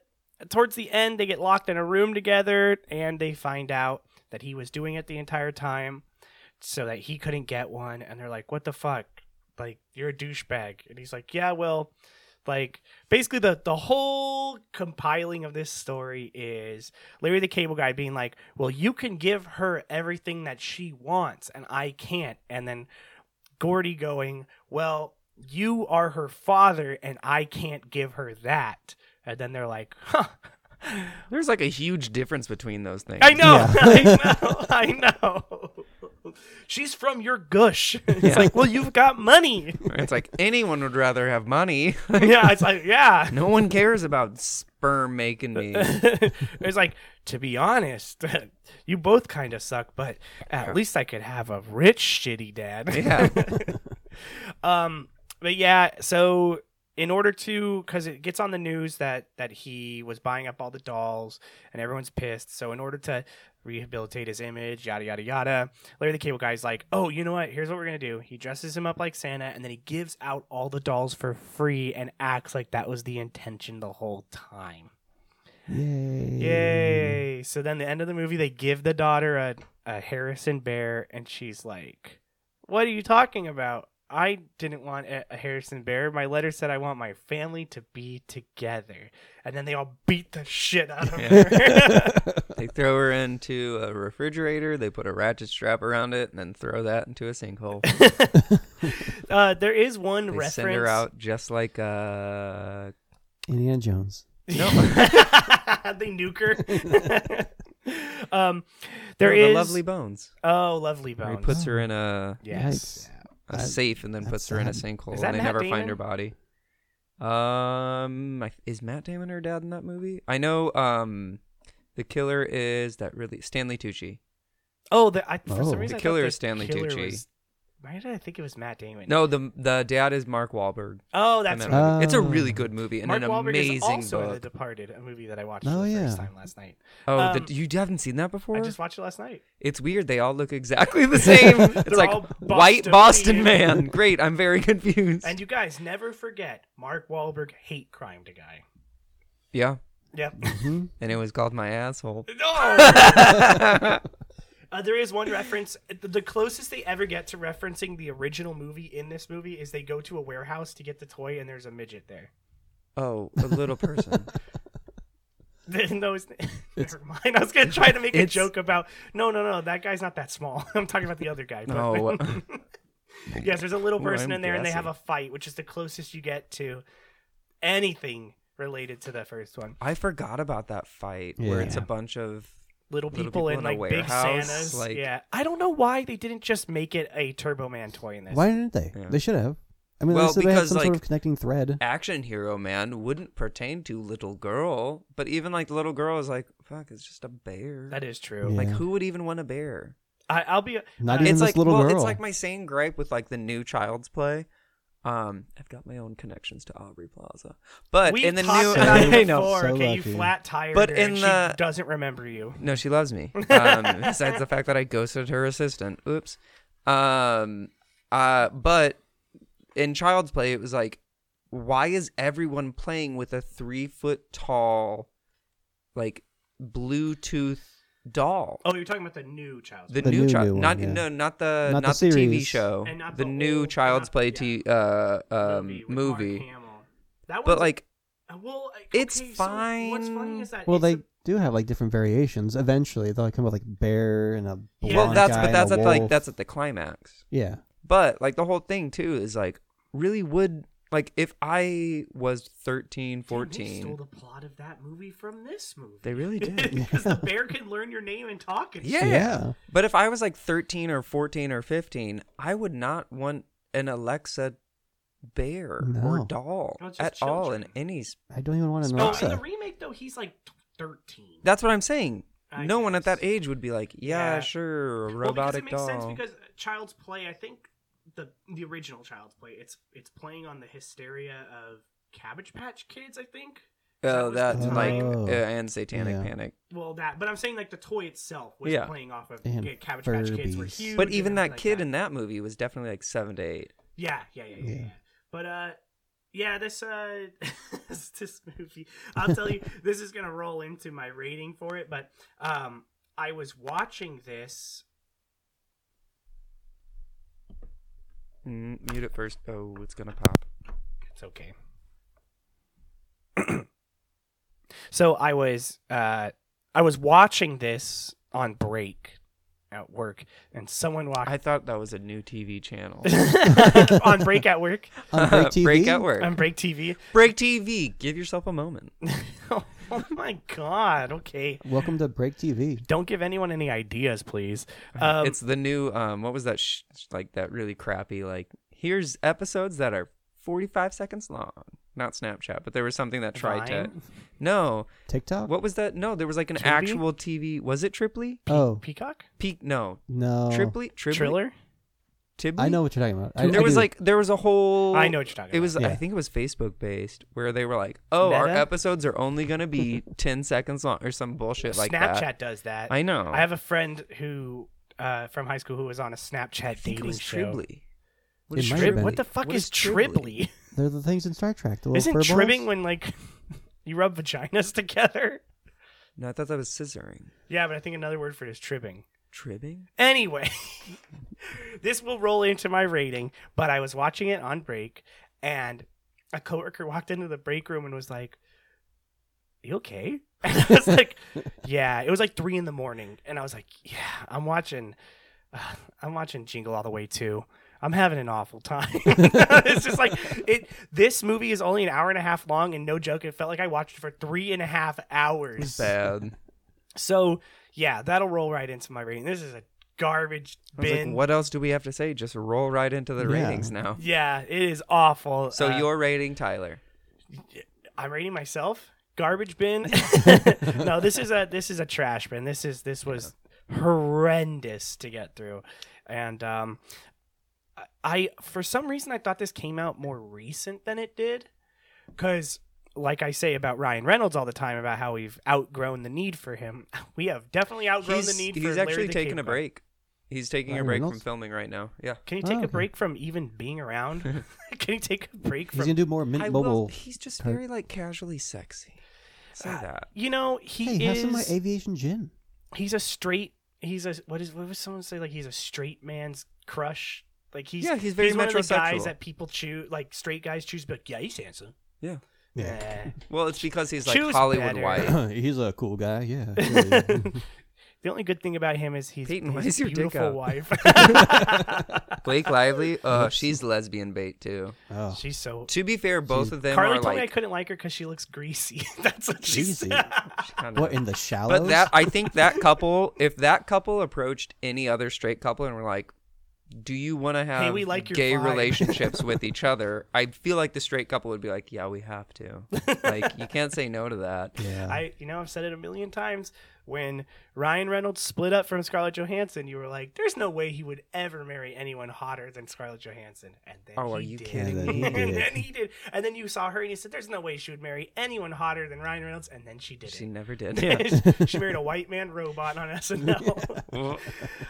Speaker 4: towards the end, they get locked in a room together, and they find out that he was doing it the entire time, so that he couldn't get one. And they're like, "What the fuck? Like, you're a douchebag." And he's like, "Yeah, well." Like basically the the whole compiling of this story is Larry the Cable Guy being like, "Well, you can give her everything that she wants, and I can't." And then Gordy going, "Well, you are her father, and I can't give her that." And then they're like, "Huh."
Speaker 3: There's like a huge difference between those things.
Speaker 4: I know, I know, I know. She's from your gush. It's like, well, you've got money.
Speaker 3: It's like anyone would rather have money.
Speaker 4: yeah, it's like, yeah.
Speaker 3: no one cares about sperm making me.
Speaker 4: it's like to be honest you both kind of suck but at least i could have a rich shitty dad
Speaker 3: Yeah.
Speaker 4: um but yeah so in order to because it gets on the news that that he was buying up all the dolls and everyone's pissed so in order to rehabilitate his image yada yada yada larry the cable guy's like oh you know what here's what we're gonna do he dresses him up like santa and then he gives out all the dolls for free and acts like that was the intention the whole time
Speaker 5: Yay.
Speaker 4: Yay! So then the end of the movie, they give the daughter a, a Harrison bear, and she's like, "What are you talking about? I didn't want a, a Harrison bear. My letter said I want my family to be together." And then they all beat the shit out of her.
Speaker 3: They throw her into a refrigerator. They put a ratchet strap around it and then throw that into a sinkhole. They
Speaker 4: uh, there is one reference.
Speaker 3: send her out just like uh
Speaker 5: Indiana Jones.
Speaker 4: No, they nuke her. um, there
Speaker 3: no, the
Speaker 4: is
Speaker 3: lovely bones.
Speaker 4: oh, lovely
Speaker 3: Where
Speaker 4: bones.
Speaker 3: He puts her in a,
Speaker 4: yes.
Speaker 3: a
Speaker 5: That-
Speaker 3: safe and then
Speaker 5: that's
Speaker 3: puts her in a
Speaker 5: sad.
Speaker 3: sinkhole
Speaker 4: Is that
Speaker 3: and they
Speaker 4: Matt
Speaker 3: never find her
Speaker 4: Damon?
Speaker 3: body. Um, I- is Matt Damon her dad in that movie? I know. Um, the killer is that really Stanley Tucci.
Speaker 4: Oh, the, I, for
Speaker 5: Oh.
Speaker 4: some
Speaker 5: The
Speaker 4: reason I thought
Speaker 3: killer
Speaker 4: the
Speaker 3: is Stanley
Speaker 4: killer
Speaker 3: Tucci.
Speaker 4: was Why did I think it was Matt Damon?
Speaker 3: No, the the dad is Mark Wahlberg.
Speaker 4: Oh, that's
Speaker 3: in
Speaker 4: right.
Speaker 3: that movie. it's a
Speaker 5: Oh.
Speaker 3: really good movie and
Speaker 4: Mark
Speaker 3: an
Speaker 4: Wahlberg
Speaker 3: amazing
Speaker 4: is also in The
Speaker 3: book.
Speaker 4: Departed, a movie that I watched
Speaker 5: Oh,
Speaker 4: for the first
Speaker 5: yeah.
Speaker 4: time last night.
Speaker 3: oh,
Speaker 4: um,
Speaker 3: the, you haven't seen that before?
Speaker 4: I just watched it last night.
Speaker 3: It's weird. They all look exactly the same. it's
Speaker 4: They're
Speaker 3: like
Speaker 4: all
Speaker 3: white
Speaker 4: Bostonian.
Speaker 3: Boston man. Great. I'm very confused.
Speaker 4: And you guys never forget Mark Wahlberg hate crimed a guy.
Speaker 3: yeah.
Speaker 4: Yep.
Speaker 5: Mm-hmm.
Speaker 3: And it was called my asshole.
Speaker 4: No. uh, there is one reference. The, the closest they ever get to referencing the original movie in this movie is they go to a warehouse to get the toy, and there's a midget there.
Speaker 3: Oh, a little person.
Speaker 4: no, it's, never mind. I was gonna try to make a
Speaker 3: it's-
Speaker 4: joke about no, no, no. That guy's not that small. I'm talking about the other guy. but-
Speaker 3: No.
Speaker 4: yes, there's a little
Speaker 3: Well,
Speaker 4: person
Speaker 3: I'm
Speaker 4: in there, and they have a
Speaker 3: guessing.
Speaker 4: fight, which is the closest you get to anything related to the first one.
Speaker 3: I forgot about that fight where it's a
Speaker 5: Yeah.
Speaker 3: bunch of
Speaker 4: Little
Speaker 3: Little
Speaker 4: people,
Speaker 3: people
Speaker 4: in
Speaker 3: in a
Speaker 4: like big
Speaker 3: warehouse,
Speaker 4: Santas.
Speaker 3: like-
Speaker 4: Yeah, I don't know why they didn't just make it a Turbo Man toy in this.
Speaker 5: Why didn't they?
Speaker 3: Yeah.
Speaker 5: They should have. I mean,
Speaker 3: Well,
Speaker 5: well, they have
Speaker 3: because,
Speaker 5: some
Speaker 3: like-
Speaker 5: sort of connecting thread.
Speaker 3: action hero man wouldn't pertain to little girl, but even like the little girl is like, fuck, it's just a bear.
Speaker 4: That is true.
Speaker 5: Yeah.
Speaker 4: Like
Speaker 3: like who would even want a bear?
Speaker 4: I, I'll be. uh,
Speaker 5: Not
Speaker 4: I-
Speaker 5: even
Speaker 3: it's
Speaker 5: this
Speaker 3: like
Speaker 5: little
Speaker 3: well,
Speaker 5: girl.
Speaker 3: it's like my same gripe with like the new child's play. Um, I've got my own connections to Aubrey Plaza, but
Speaker 4: We've
Speaker 3: uh, in the new,
Speaker 4: talked about it
Speaker 3: I know,
Speaker 4: before.
Speaker 5: So
Speaker 4: okay,
Speaker 5: lucky.
Speaker 4: you flat tired.
Speaker 3: But
Speaker 4: her
Speaker 3: in
Speaker 4: and
Speaker 3: the-
Speaker 4: she doesn't remember you.
Speaker 3: no, she loves me. Um, besides the fact that I ghosted her assistant. Oops. Um, uh, but in child's play, it was like, why is everyone playing with a three foot tall, like Bluetooth doll?
Speaker 4: Oh, you're talking about the new child.
Speaker 3: The,
Speaker 5: The
Speaker 3: new,
Speaker 5: new
Speaker 3: child,
Speaker 5: new one,
Speaker 3: not
Speaker 5: yeah.
Speaker 3: no, not the
Speaker 5: Not
Speaker 3: not,
Speaker 5: the
Speaker 3: the, TV
Speaker 5: series.
Speaker 3: show,
Speaker 4: And not
Speaker 3: the,
Speaker 4: the
Speaker 3: new
Speaker 4: old-
Speaker 3: Child's
Speaker 4: not-
Speaker 3: Play
Speaker 4: yeah.
Speaker 3: t- uh, um, movie,
Speaker 4: with Mark Hamill. That
Speaker 3: but
Speaker 4: one's-
Speaker 3: like
Speaker 4: uh, well, like,
Speaker 3: it's
Speaker 4: okay, so what's funny
Speaker 3: fine.
Speaker 4: is that
Speaker 5: well,
Speaker 4: it's
Speaker 5: they
Speaker 4: a-
Speaker 5: do have like different variations. Eventually, they'll come up with like bear and a
Speaker 4: Yeah.
Speaker 5: blonde
Speaker 3: well, that's
Speaker 5: guy
Speaker 3: but
Speaker 5: and
Speaker 3: that's
Speaker 5: a
Speaker 3: at the, like
Speaker 5: wolf.
Speaker 3: that's at the climax.
Speaker 5: yeah.
Speaker 3: But like the whole thing too is like really would like if I was 13,
Speaker 4: Dude, they
Speaker 3: 14.
Speaker 4: stole the plot of that movie from this movie.
Speaker 3: They really did.
Speaker 4: Because the bear can learn your name and talk. And
Speaker 3: yeah.
Speaker 5: Yeah.
Speaker 3: But if I was like 13 or 14 or 15, I would not want an Alexa bear
Speaker 5: No.
Speaker 3: or doll
Speaker 4: No, it's just
Speaker 3: at all in
Speaker 4: children.
Speaker 3: any s-
Speaker 5: I don't even want to
Speaker 4: shit.
Speaker 5: know.
Speaker 4: Oh, in the remake though, he's like t- thirteen.
Speaker 3: That's what I'm saying.
Speaker 4: I
Speaker 3: no one at that
Speaker 4: guess.
Speaker 3: age would be like, yeah,
Speaker 4: Yeah. well,
Speaker 3: sure, a
Speaker 4: because it
Speaker 3: robotic
Speaker 4: makes sense
Speaker 3: doll.
Speaker 4: because uh, Child's Play. I think the the original Child's Play. It's it's playing on the hysteria of Cabbage Patch Kids. I think.
Speaker 3: Oh,
Speaker 4: that
Speaker 3: that
Speaker 4: was the
Speaker 3: like
Speaker 4: time.
Speaker 5: Oh.
Speaker 3: uh, and Satanic
Speaker 5: Yeah.
Speaker 3: Panic.
Speaker 4: Well, that, but I'm saying like the toy itself was
Speaker 3: Yeah.
Speaker 4: playing off of
Speaker 5: And
Speaker 4: yeah, Cabbage Patch Kids were
Speaker 5: Furbies.
Speaker 4: huge.
Speaker 3: But
Speaker 4: and
Speaker 3: even
Speaker 4: everything
Speaker 3: that
Speaker 4: like
Speaker 3: kid in that movie was definitely like seven to eight.
Speaker 4: Yeah, yeah, yeah, yeah.
Speaker 5: Yeah.
Speaker 4: yeah. But uh, yeah, this uh, this- this movie, I'll tell you, this is gonna roll into my rating for it. But um, I was watching this.
Speaker 3: Mm, mute it first. Oh, it's gonna pop.
Speaker 4: It's okay. so I was uh, I was watching this on break at work, and someone walked
Speaker 3: I thought that was a new TV channel.
Speaker 4: on break at work
Speaker 5: On Break TV.
Speaker 3: Break at work.
Speaker 4: on break TV.
Speaker 3: Break TV. Give yourself a moment.
Speaker 4: oh my god! Okay.
Speaker 5: Welcome to Break TV.
Speaker 4: Don't give anyone any ideas, please. Um,
Speaker 3: it's the new. Um, what was that? Sh- like that really crappy. Like here's episodes that are 45 seconds long. Not Snapchat, but there was something that tried to.
Speaker 4: Vine?
Speaker 3: No,
Speaker 5: TikTok.
Speaker 3: what was that? No, there was like an
Speaker 4: Tubi?
Speaker 3: actual TV. Was it Triply?
Speaker 5: Oh
Speaker 4: Peacock?
Speaker 3: Peak? No,
Speaker 5: no.
Speaker 3: Triply. Triply.
Speaker 4: Triller?
Speaker 3: Tibly?
Speaker 5: Oh. I know what you're talking about. I,
Speaker 3: E? there
Speaker 5: I
Speaker 3: was
Speaker 5: do.
Speaker 3: like there was a whole
Speaker 4: I know what you're talking
Speaker 3: it was
Speaker 5: about.
Speaker 3: i
Speaker 5: Yeah.
Speaker 3: think it was facebook based where they were like oh our
Speaker 4: Meta?
Speaker 3: episodes are only going to be 10 seconds long or some bullshit like
Speaker 4: Snapchat
Speaker 3: that
Speaker 4: does that.
Speaker 3: i know
Speaker 4: I have a friend who uh, from high school who was on a Snapchat
Speaker 3: I think it
Speaker 4: dating
Speaker 3: was
Speaker 4: show.
Speaker 3: Tribly.
Speaker 5: It
Speaker 4: Trib-
Speaker 5: might have been.
Speaker 4: what the fuck
Speaker 3: What
Speaker 4: is
Speaker 3: is Tribly?
Speaker 4: Tribly?
Speaker 5: They're the things in Star Trek. The little
Speaker 4: Isn't
Speaker 5: fur balls.
Speaker 4: tribbing when like you rub vaginas together?
Speaker 3: no i thought that was scissoring
Speaker 4: Yeah, but I think another word for it is tribbing.
Speaker 3: tribbing
Speaker 4: Anyway, this will roll into my rating, but I was watching it on break and a coworker walked into the break room and was like, You okay? And I was like, Yeah. It was like three in the morning. And I was like, Yeah, I'm watching uh, I'm watching Jingle All the Way too. I'm having an awful time. it's just like it this movie is only an hour and a half long and no joke, it felt like I watched it for three and a half hours.
Speaker 3: bad
Speaker 4: So yeah, that'll roll right into my rating. This is a garbage
Speaker 3: I was like,
Speaker 4: bin.
Speaker 3: what else do we have to say just roll right into the
Speaker 5: Yeah.
Speaker 3: ratings now
Speaker 4: Yeah, it is awful.
Speaker 3: so
Speaker 4: Uh,
Speaker 3: your rating tyler
Speaker 4: I'm rating myself garbage bin. no, this is a this is a trash bin. This is this was horrendous to get through, and um, I- I for some reason I thought this came out more recent than it did cuz like I say about Ryan Reynolds all the time about how we've outgrown the need for him. We have definitely outgrown
Speaker 3: He's,
Speaker 4: the need for
Speaker 3: he's
Speaker 4: Larry
Speaker 3: actually
Speaker 4: the
Speaker 3: taking
Speaker 4: Cable
Speaker 3: a
Speaker 4: Guy.
Speaker 3: break. He's taking
Speaker 5: Ryan
Speaker 3: a break
Speaker 5: Reynolds?
Speaker 3: from filming right now. Yeah.
Speaker 4: Can he
Speaker 5: Oh,
Speaker 4: take a
Speaker 5: okay.
Speaker 4: break from even being around? Can he take a break
Speaker 5: He's
Speaker 4: from
Speaker 5: gonna do more Mint
Speaker 3: I will-
Speaker 5: Mobile.
Speaker 3: He's just
Speaker 5: Kirk.
Speaker 3: very like casually sexy. Say
Speaker 4: Uh,
Speaker 3: that.
Speaker 4: You know, he
Speaker 5: Hey, have
Speaker 4: is
Speaker 5: some of my aviation gin.
Speaker 4: he's a straight he's a what is what was someone say like he's a straight man's crush like he's
Speaker 3: Yeah, he's very
Speaker 4: one of the guys
Speaker 3: metrosexual.
Speaker 4: that people choose like straight guys choose but yeah he's handsome
Speaker 3: Yeah.
Speaker 4: yeah
Speaker 3: Well, it's because he's like
Speaker 4: Choose
Speaker 3: Hollywood
Speaker 4: better.
Speaker 3: white.
Speaker 5: He's a cool guy. Yeah. yeah, yeah.
Speaker 4: the only good thing about him is he's
Speaker 3: Peyton, why
Speaker 4: his
Speaker 3: is your dick
Speaker 4: beautiful
Speaker 3: out?
Speaker 4: wife
Speaker 3: Blake Lively, uh, she's lesbian bait too.
Speaker 5: Oh,
Speaker 4: she's so
Speaker 3: To be fair, both of them
Speaker 4: Carly
Speaker 3: are
Speaker 4: told me I
Speaker 3: like
Speaker 4: couldn't like her because she looks greasy that's what she
Speaker 5: Greasy?
Speaker 4: said
Speaker 3: kind
Speaker 5: what
Speaker 3: of.
Speaker 5: in the shallows?
Speaker 3: But that I think that couple, if that couple approached any other straight couple and were like, "Do you want to have
Speaker 4: we like your
Speaker 3: gay
Speaker 4: vibe."
Speaker 3: relationships with each other?" I feel like the straight couple would be like, "Yeah, we have to." Like you can't say no to that.
Speaker 5: yeah.
Speaker 4: I you know I've said it a million times when Ryan Reynolds split up from Scarlett Johansson you were like there's no way he would ever marry anyone hotter than Scarlett Johansson and then
Speaker 3: Oh,
Speaker 4: he
Speaker 3: are you
Speaker 4: did.
Speaker 5: and
Speaker 3: kidding me?
Speaker 5: then he
Speaker 4: and
Speaker 5: did.
Speaker 4: then he did and then you saw her and you said there's no way she would marry anyone hotter than Ryan Reynolds and then she did
Speaker 3: She
Speaker 4: it.
Speaker 3: never did. Yeah.
Speaker 4: she married a white man robot on SNL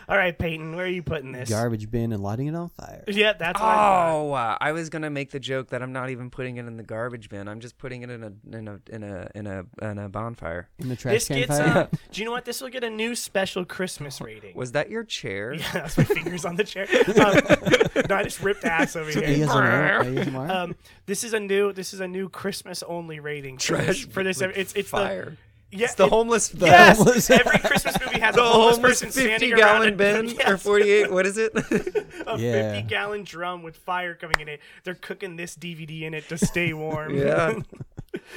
Speaker 4: all right Peyton where are you putting this
Speaker 5: Garbage bin and lighting it on fire.
Speaker 4: yeah that's what I thought.
Speaker 3: Oh, uh, I was gonna make the joke that I'm not even putting it in the garbage bin. I'm just putting it in a in a in a in a, in a bonfire.
Speaker 5: In the trash
Speaker 4: this
Speaker 5: can
Speaker 4: gets
Speaker 5: fire.
Speaker 4: uh, do you know what this will get a new special Christmas rating
Speaker 3: Was that your chair?
Speaker 4: yeah that's my fingers on the chair um, no, I just ripped ass over here
Speaker 5: ASMR. ASMR.
Speaker 4: um, this is a new this is a new Christmas only rating for this-
Speaker 3: Trash
Speaker 4: for this.
Speaker 3: with
Speaker 4: It's it's
Speaker 3: fire.
Speaker 4: the yeah,
Speaker 3: It's the
Speaker 4: it-
Speaker 3: homeless. The
Speaker 4: Yes,
Speaker 5: homeless-
Speaker 4: every Christmas movie has a homeless, person standing around
Speaker 3: gallon
Speaker 4: a-
Speaker 3: bin
Speaker 4: yes,
Speaker 3: or 48 what is it
Speaker 4: a
Speaker 5: Yeah.
Speaker 4: fifty gallon drum with fire coming in it. They're cooking this DVD in it to stay warm.
Speaker 3: yeah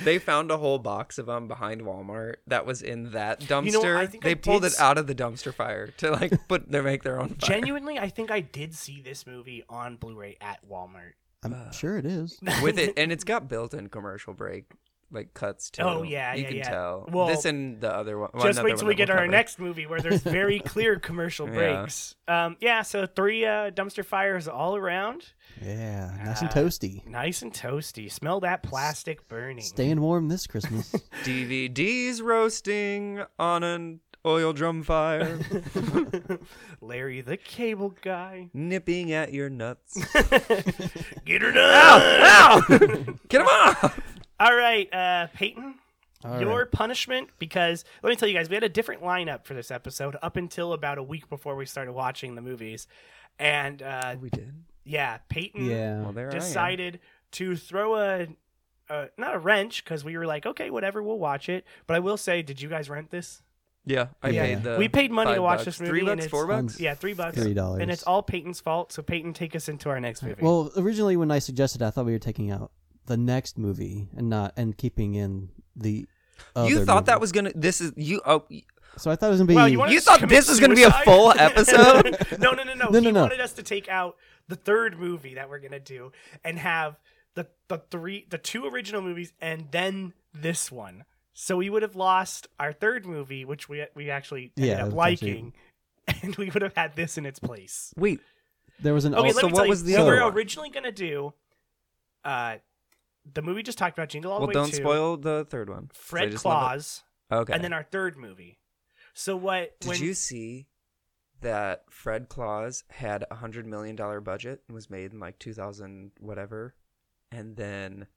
Speaker 3: they found a whole box of them behind walmart that was in that dumpster
Speaker 4: You know, I think I
Speaker 3: they pulled
Speaker 4: did
Speaker 3: it out of the dumpster fire to like put they make their own fire.
Speaker 4: Genuinely, I think I did see this movie on Blu-ray at Walmart.
Speaker 5: I'm
Speaker 4: uh,
Speaker 5: sure it is.
Speaker 3: with it and it's got built-in commercial break like cuts too
Speaker 4: Oh, yeah,
Speaker 3: you
Speaker 4: yeah,
Speaker 3: can
Speaker 4: yeah.
Speaker 3: tell
Speaker 4: Well,
Speaker 3: this and the other one well,
Speaker 4: Just
Speaker 3: another
Speaker 4: wait till
Speaker 3: one
Speaker 4: we
Speaker 3: that
Speaker 4: get to
Speaker 3: we'll
Speaker 4: our
Speaker 3: cover.
Speaker 4: next movie where there's very clear commercial breaks. Yeah. Um, yeah, so three uh, dumpster fires all around.
Speaker 5: Yeah, nice
Speaker 4: uh,
Speaker 5: and toasty.
Speaker 4: Nice and toasty. Smell that plastic burning.
Speaker 5: Staying warm this Christmas.
Speaker 3: dvds roasting on an oil drum fire
Speaker 4: Larry the Cable Guy.
Speaker 3: nipping at your nuts
Speaker 4: Get her down!
Speaker 3: get them off
Speaker 4: All right, uh, Peyton,
Speaker 5: All
Speaker 4: your
Speaker 5: right.
Speaker 4: punishment because let me tell you guys, we had a different lineup for this episode up until about a week before we started watching the movies, and uh,
Speaker 3: we did
Speaker 4: yeah, Peyton
Speaker 5: Yeah.
Speaker 3: well there I am.
Speaker 4: decided to throw a. Uh, not a wrench because we were like, okay, whatever, we'll watch it. But I will say, did you guys rent this?
Speaker 3: Yeah, I
Speaker 5: Yeah.
Speaker 3: paid the.
Speaker 4: We paid money to
Speaker 3: five
Speaker 4: watch
Speaker 3: bucks.
Speaker 4: this movie
Speaker 3: Three
Speaker 4: and
Speaker 3: bucks,
Speaker 4: it's-
Speaker 3: four bucks.
Speaker 4: Yeah, three bucks,
Speaker 5: Three dollars.
Speaker 4: and it's all Peyton's fault. So Peyton, take us into our next movie.
Speaker 5: Well, originally when I suggested, I thought we were taking out the next movie and not and keeping in the. Other
Speaker 3: You thought that
Speaker 5: movie.
Speaker 3: was gonna. This is you. Oh, y-
Speaker 5: So I thought it was gonna be.
Speaker 4: Wow, you wanted
Speaker 3: You
Speaker 4: us to
Speaker 3: thought
Speaker 4: commit
Speaker 3: this was gonna be a
Speaker 4: suicide?
Speaker 3: full episode?
Speaker 4: no, no, no, no.
Speaker 5: No,
Speaker 4: he
Speaker 5: no, no.
Speaker 4: wanted us to take out the third movie that we're gonna do and have the the three the two original movies and then this one. So we would have lost our third movie, which we we actually ended
Speaker 5: Yeah,
Speaker 4: up
Speaker 5: it's actually-
Speaker 4: liking, and we would have had this in its place.
Speaker 3: wait.
Speaker 5: there was an.
Speaker 4: Okay,
Speaker 5: alt-
Speaker 4: let
Speaker 3: so
Speaker 4: me
Speaker 3: what
Speaker 4: tell
Speaker 3: was
Speaker 4: you.
Speaker 3: the
Speaker 4: so
Speaker 5: other
Speaker 4: we're
Speaker 3: one?
Speaker 4: originally gonna do, uh, the movie we just talked about, Jingle All the
Speaker 3: Well,
Speaker 4: Way
Speaker 3: don't
Speaker 4: 2,
Speaker 3: spoil the third one. 'cause I
Speaker 4: Fred
Speaker 3: just love it.
Speaker 4: Claus,
Speaker 3: Okay.
Speaker 4: and then our third movie. So what?
Speaker 3: Did
Speaker 4: when,
Speaker 3: you see that Fred Claus had a hundred million dollar budget and was made in like two thousand whatever, and then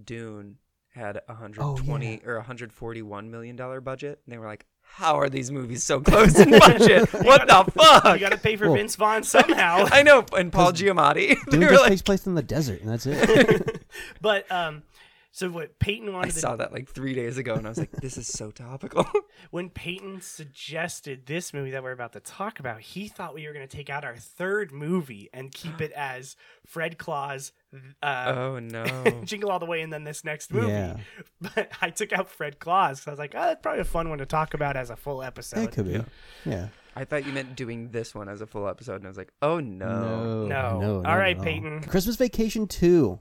Speaker 3: Dune had a hundred twenty or a hundred forty one million dollar budget, and they were like, "How are these movies so close in budget? what the
Speaker 4: You
Speaker 3: fuck?"
Speaker 4: gotta pay for
Speaker 5: Well-
Speaker 4: Vince Vaughn somehow.
Speaker 3: I know, and Paul Giamatti.
Speaker 5: Dune
Speaker 3: they were
Speaker 5: just
Speaker 3: like,
Speaker 5: takes place in the desert, and that's it.
Speaker 4: but um, so what Peyton
Speaker 3: I
Speaker 4: wanted to,
Speaker 3: saw that like three days ago, and I was like, "This is so topical."
Speaker 4: when Peyton suggested this movie that we're about to talk about, he thought we were going to take out our third movie and keep it as Fred Claus, uh,
Speaker 3: oh no!
Speaker 4: Jingle All the Way, and then this next movie.
Speaker 5: Yeah.
Speaker 4: But I took out Fred Claus 'cause I was like, oh, that's probably a fun one to talk about as a full episode.
Speaker 5: it could be. Yeah.
Speaker 3: I thought you meant doing this one as a full episode, and I was like, "Oh
Speaker 4: No.
Speaker 3: no!"
Speaker 5: No. No.
Speaker 4: All
Speaker 5: not
Speaker 4: right,
Speaker 5: at
Speaker 4: Peyton.
Speaker 5: Christmas Vacation Two.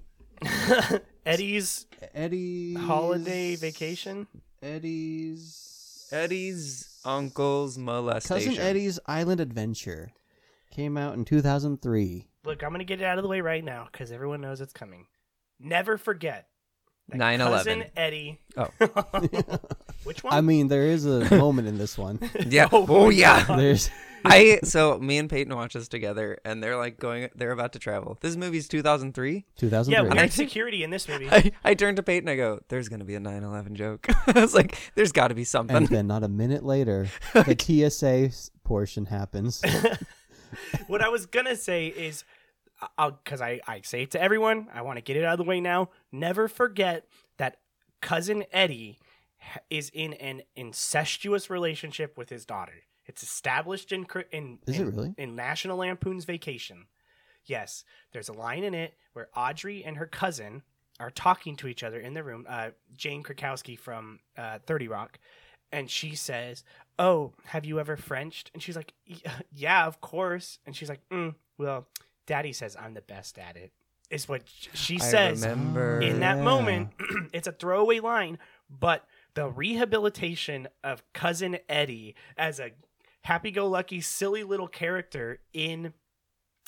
Speaker 4: Eddie's
Speaker 5: Eddie's
Speaker 4: Holiday Vacation.
Speaker 5: Eddie's
Speaker 3: Eddie's uncle's molestation.
Speaker 5: Cousin Eddie's Island Adventure came out in 2003.
Speaker 4: Look, I'm gonna get it out of the way right now because everyone knows it's coming. Never forget that
Speaker 3: 9/11.
Speaker 4: cousin Eddie.
Speaker 3: Oh.
Speaker 4: Which one?
Speaker 5: I mean, there is a moment in this one.
Speaker 3: Yeah. Oh, yeah.
Speaker 5: There's
Speaker 3: I so me and Peyton watch this together, and they're like going. They're about to travel. This movie's 2003.
Speaker 4: yeah,
Speaker 5: 2003.
Speaker 4: weird security in this movie.
Speaker 3: I, I turn to Peyton. I go, "There's gonna be a 9/11 joke." I was like, "There's got to be
Speaker 5: and
Speaker 3: something."
Speaker 5: then not a minute later, the TSA s- portion happens.
Speaker 4: what I was gonna say is, I'll because I I say it to everyone. I want to get it out of the way now. Never forget that cousin Eddie ha- is in an incestuous relationship with his daughter. It's established in cri- in
Speaker 5: Is it
Speaker 4: in-
Speaker 5: really?
Speaker 4: in National Lampoon's Vacation. Yes, there's a line in it where Audrey and her cousin are talking to each other in the room. Uh, Jane Krakowski from uh, Thirty Rock, and she says, "Oh, have you ever Frenched?" And she's like, "Y- "Yeah, of course." And she's like, mm, "Well, Daddy says I'm the best at it." Is what sh- she says
Speaker 3: I remember
Speaker 4: in
Speaker 5: that-
Speaker 4: that
Speaker 5: Yeah.
Speaker 4: moment. it's a throwaway line, but the rehabilitation of cousin Eddie as a happy-go-lucky, silly little character in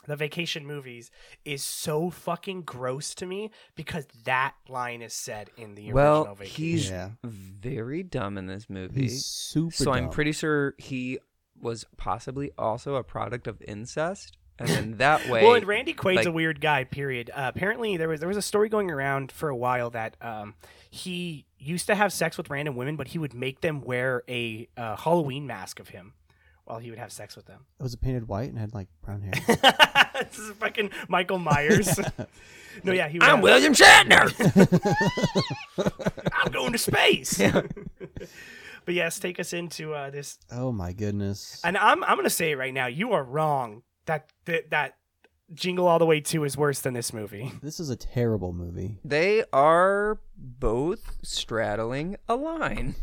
Speaker 4: the vacation movies is so fucking gross to me because that line is said in the original
Speaker 3: Well,
Speaker 4: vacation.
Speaker 3: he's
Speaker 5: Yeah.
Speaker 3: very dumb in this movie.
Speaker 5: He's super.
Speaker 3: so I'm
Speaker 5: dumb.
Speaker 3: pretty sure he was possibly also a product of incest, and then that way.
Speaker 4: Well, and Randy Quaid's
Speaker 3: like-
Speaker 4: a weird guy. Period. Uh, apparently, there was there was a story going around for a while that um, he used to have sex with random women, but he would make them wear a uh, Halloween mask of him while he would have sex with them.
Speaker 5: It was painted white and had like brown hair.
Speaker 4: this is fucking Michael Myers. no, yeah, he. Would
Speaker 3: I'm
Speaker 4: have-
Speaker 3: William Shatner.
Speaker 4: I'm going to space. but yes, take us into uh, this.
Speaker 5: oh my goodness.
Speaker 4: And I'm I'm gonna say it right now. You are wrong. That that, that jingle all the way two is worse than this movie.
Speaker 5: This is a terrible movie.
Speaker 3: they are both straddling a line.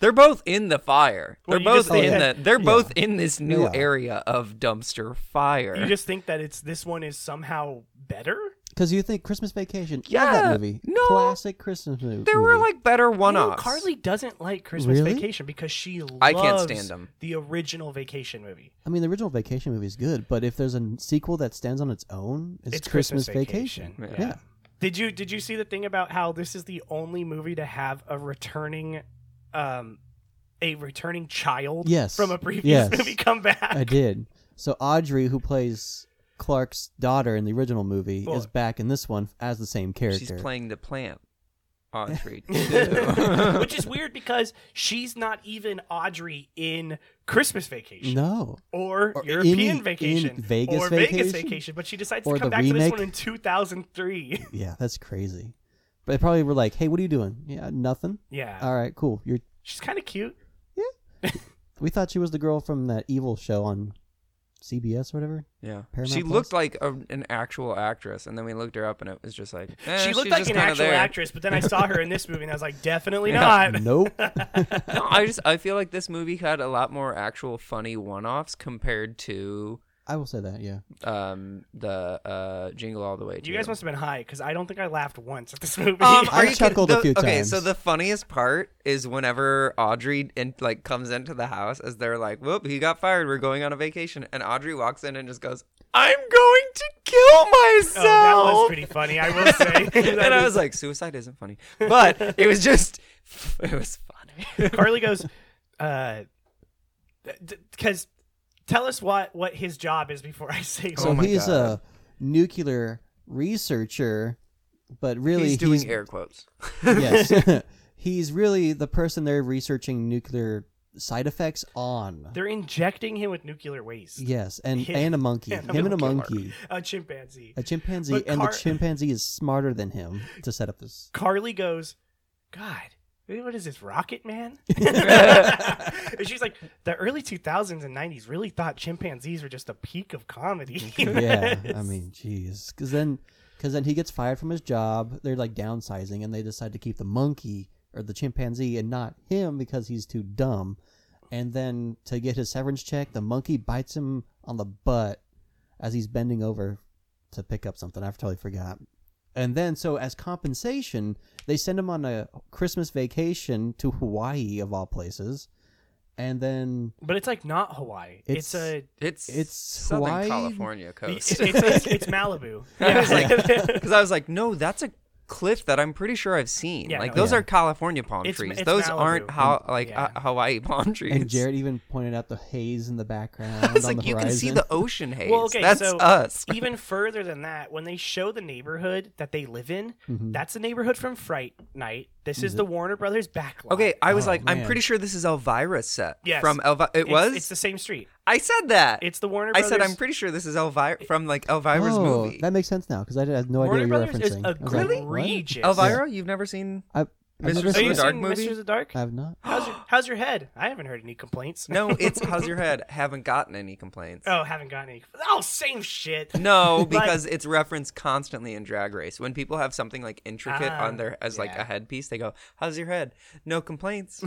Speaker 3: They're both in the fire.
Speaker 4: Well,
Speaker 3: they're
Speaker 4: you just
Speaker 3: both in
Speaker 5: think
Speaker 3: the.
Speaker 4: that-
Speaker 3: They're both in this new
Speaker 5: Oh, Yeah.
Speaker 3: area of dumpster fire.
Speaker 4: You just think that it's this one is somehow better.
Speaker 5: Because you think Christmas Vacation? love
Speaker 3: Yeah,
Speaker 5: that movie.
Speaker 3: no.
Speaker 5: classic Christmas movie.
Speaker 3: there were like better
Speaker 4: You know,
Speaker 3: one-offs.
Speaker 4: Carly doesn't like Christmas
Speaker 5: Really?
Speaker 4: Vacation because she loves
Speaker 3: I can't stand 'em.
Speaker 4: the original Vacation movie.
Speaker 5: I mean, the original Vacation movie is good, but if there's a n- sequel that stands on its own, it's,
Speaker 4: It's
Speaker 5: Christmas,
Speaker 4: Christmas
Speaker 5: Vacation.
Speaker 4: Vacation.
Speaker 5: Yeah.
Speaker 4: Yeah. Did you did you see the thing about how this is the only movie to have a returning um a returning child
Speaker 5: Yes.
Speaker 4: from a previous
Speaker 5: Yes.
Speaker 4: movie come back?
Speaker 5: I did. So Audrey, who plays Clark's daughter in the original movie,
Speaker 4: Well-
Speaker 5: is back in this one as the same character.
Speaker 3: She's playing the plant, Audrey.
Speaker 4: Which is weird because she's not even Audrey in Christmas Vacation
Speaker 5: No.
Speaker 4: or,
Speaker 5: Or
Speaker 4: European
Speaker 5: in-
Speaker 4: Vacation
Speaker 5: in Vegas
Speaker 4: or Vegas
Speaker 5: Vacation?
Speaker 4: Vacation, but she decides
Speaker 5: Or
Speaker 4: to come
Speaker 5: the
Speaker 4: back to this
Speaker 5: remake?
Speaker 4: one in 2003.
Speaker 5: Yeah, that's crazy. But they probably were like, "Hey, what are you doing? Yeah, nothing.
Speaker 4: yeah.
Speaker 5: All right, cool. You're.
Speaker 4: She's kind of cute.
Speaker 5: We thought she was the girl from that evil show on CBS or whatever.
Speaker 3: Yeah,
Speaker 5: Paramount
Speaker 3: she
Speaker 5: Plus?
Speaker 3: looked like a, an actual actress, and then we looked her up, and it was just like eh,
Speaker 4: she looked
Speaker 3: she's
Speaker 4: like
Speaker 3: just
Speaker 4: an
Speaker 3: kinda
Speaker 4: actual
Speaker 3: there.
Speaker 4: actress, but then I saw her in this movie and I was like, definitely
Speaker 3: Yeah.
Speaker 4: not.
Speaker 5: Nope.
Speaker 3: No, I just I feel like this movie had a lot more actual funny one-offs compared to
Speaker 5: I will say that. Yeah.
Speaker 3: um the uh Jingle All the Way.
Speaker 4: You
Speaker 3: too.
Speaker 4: guys must have been high because I don't think I laughed once at this movie.
Speaker 3: Um,
Speaker 5: I
Speaker 3: are you kidding?
Speaker 5: chuckled a
Speaker 3: The-
Speaker 5: few
Speaker 3: okay,
Speaker 5: times.
Speaker 3: so the funniest part is whenever Audrey and like comes into the house as they're like, "Whoop, he got fired. We're going on a vacation," and Audrey walks in and just goes, "I'm going to kill myself."
Speaker 4: oh, that was pretty funny. I will say.
Speaker 3: and I was like, suicide isn't funny, but it was just, it was funny.
Speaker 4: Carly goes, uh, because tell us what what his job is before I say.
Speaker 5: So
Speaker 3: Oh
Speaker 4: what-
Speaker 3: my
Speaker 5: he's
Speaker 3: God.
Speaker 5: a nuclear researcher, but really
Speaker 3: he's doing air quotes.
Speaker 5: yes, he's really the person they're researching nuclear side effects on.
Speaker 4: They're injecting him with nuclear waste.
Speaker 5: yes, and
Speaker 4: Him.
Speaker 5: and a monkey,
Speaker 4: And a
Speaker 5: him and a
Speaker 4: monkey.
Speaker 5: monkey,
Speaker 4: A chimpanzee.
Speaker 5: a chimpanzee,
Speaker 4: But
Speaker 5: and
Speaker 4: Car-
Speaker 5: the chimpanzee is smarter than him to set up this.
Speaker 4: Carly goes, God, what is this, Rocket Man? and she's like, the early 2000s and 90s really thought chimpanzees were just the peak of comedy.
Speaker 5: Yeah, I mean, jeez, because then, because then he gets fired from his job. They're like downsizing, and they decide to keep the monkey or the chimpanzee and not him because he's too dumb. And then to get his severance check, the monkey bites him on the butt as he's bending over to pick up something. I've totally forgot. And then, so as compensation, they send him on a Christmas vacation to Hawaii of all places, and then
Speaker 4: But it's like not Hawaii. It's,
Speaker 5: It's-
Speaker 4: a
Speaker 3: It's
Speaker 5: It's
Speaker 3: Southern
Speaker 5: Hawaii.
Speaker 3: California
Speaker 4: it's,
Speaker 3: coast.
Speaker 4: it's, it's, it's Malibu.
Speaker 3: I was like, because I was like, no, that's a cliff that I'm pretty sure I've seen.
Speaker 4: Yeah,
Speaker 3: like
Speaker 4: no,
Speaker 3: those
Speaker 5: yeah.
Speaker 3: are California palm
Speaker 4: It's-
Speaker 3: trees.
Speaker 4: it's
Speaker 3: those
Speaker 4: Malibu.
Speaker 3: aren't how like
Speaker 4: yeah.
Speaker 3: uh, Hawaii palm trees.
Speaker 5: and Jared even pointed out the haze in the background
Speaker 3: it's like
Speaker 5: on the
Speaker 3: you
Speaker 5: horizon.
Speaker 3: can see the ocean haze.
Speaker 4: Well, okay,
Speaker 3: that's
Speaker 4: so
Speaker 3: us.
Speaker 4: even further than that, when they show the neighborhood that they live in,
Speaker 3: Mm-hmm.
Speaker 4: that's the neighborhood from Fright Night. This is the Warner Brothers backlot.
Speaker 3: Okay, I was
Speaker 5: Oh,
Speaker 3: like, I'm
Speaker 5: man.
Speaker 3: pretty sure this is Elvira's set
Speaker 4: Yes.
Speaker 3: from Elvira. It
Speaker 4: It's-
Speaker 3: was.
Speaker 4: It's the same street.
Speaker 3: I said that.
Speaker 4: It's the Warner
Speaker 3: I
Speaker 4: Brothers.
Speaker 3: said I'm pretty sure this is Elvira from like Elvira's
Speaker 5: oh,
Speaker 3: movie.
Speaker 5: that makes sense now because I had no
Speaker 4: Warner
Speaker 5: idea what
Speaker 4: Brothers
Speaker 5: you were
Speaker 4: is
Speaker 5: referencing.
Speaker 4: egregious.
Speaker 3: Elvira, you've never seen?
Speaker 5: I, I've
Speaker 3: Mr.
Speaker 5: never
Speaker 4: Are
Speaker 3: Slider.
Speaker 5: seen
Speaker 4: you
Speaker 5: it.
Speaker 3: Dark
Speaker 4: seeing
Speaker 3: movie?
Speaker 4: Mr. the Dark?
Speaker 5: I have not.
Speaker 4: How's your How's your head? I haven't heard any complaints.
Speaker 3: No, it's how's your head? Haven't gotten any complaints.
Speaker 4: Oh, haven't gotten any. Oh, same shit.
Speaker 3: No,
Speaker 4: Like-
Speaker 3: because it's referenced constantly in Drag Race. When people have something like intricate
Speaker 4: Ah,
Speaker 3: on their as like
Speaker 4: yeah.
Speaker 3: a headpiece, they go, "How's your head? No complaints."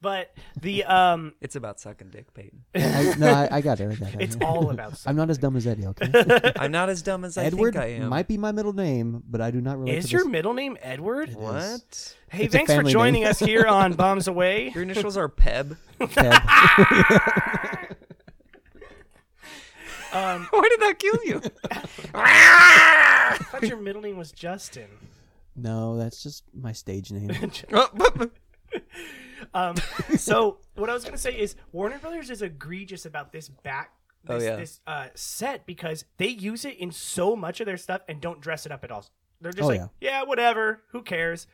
Speaker 4: But the um,
Speaker 3: it's about sucking dick, Peyton.
Speaker 5: I, no, I, I got it. I got it.
Speaker 4: it's all about.
Speaker 5: I'm not as dumb as Eddie. Okay.
Speaker 3: I'm not as dumb as I
Speaker 5: Edward
Speaker 3: think I am.
Speaker 5: might be my middle name, but I do not relate.
Speaker 4: Is
Speaker 5: to
Speaker 4: your
Speaker 5: this.
Speaker 4: middle name Edward?
Speaker 3: what?
Speaker 4: Hey,
Speaker 5: It's a
Speaker 4: thanks for
Speaker 5: family name.
Speaker 4: joining us here on Bombs Away.
Speaker 3: Your initials are Peb.
Speaker 5: Ted.
Speaker 3: Why did that kill you?
Speaker 4: I thought your middle name was Justin.
Speaker 5: No, that's just my stage name.
Speaker 4: Um, so what I was gonna say is Warner Brothers is egregious about this back
Speaker 3: Oh,
Speaker 4: this,
Speaker 3: yeah.
Speaker 4: this uh, set because they use it in so much of their stuff and don't dress it up at all. They're just
Speaker 5: Oh,
Speaker 4: like,
Speaker 5: yeah.
Speaker 4: yeah, whatever, who cares?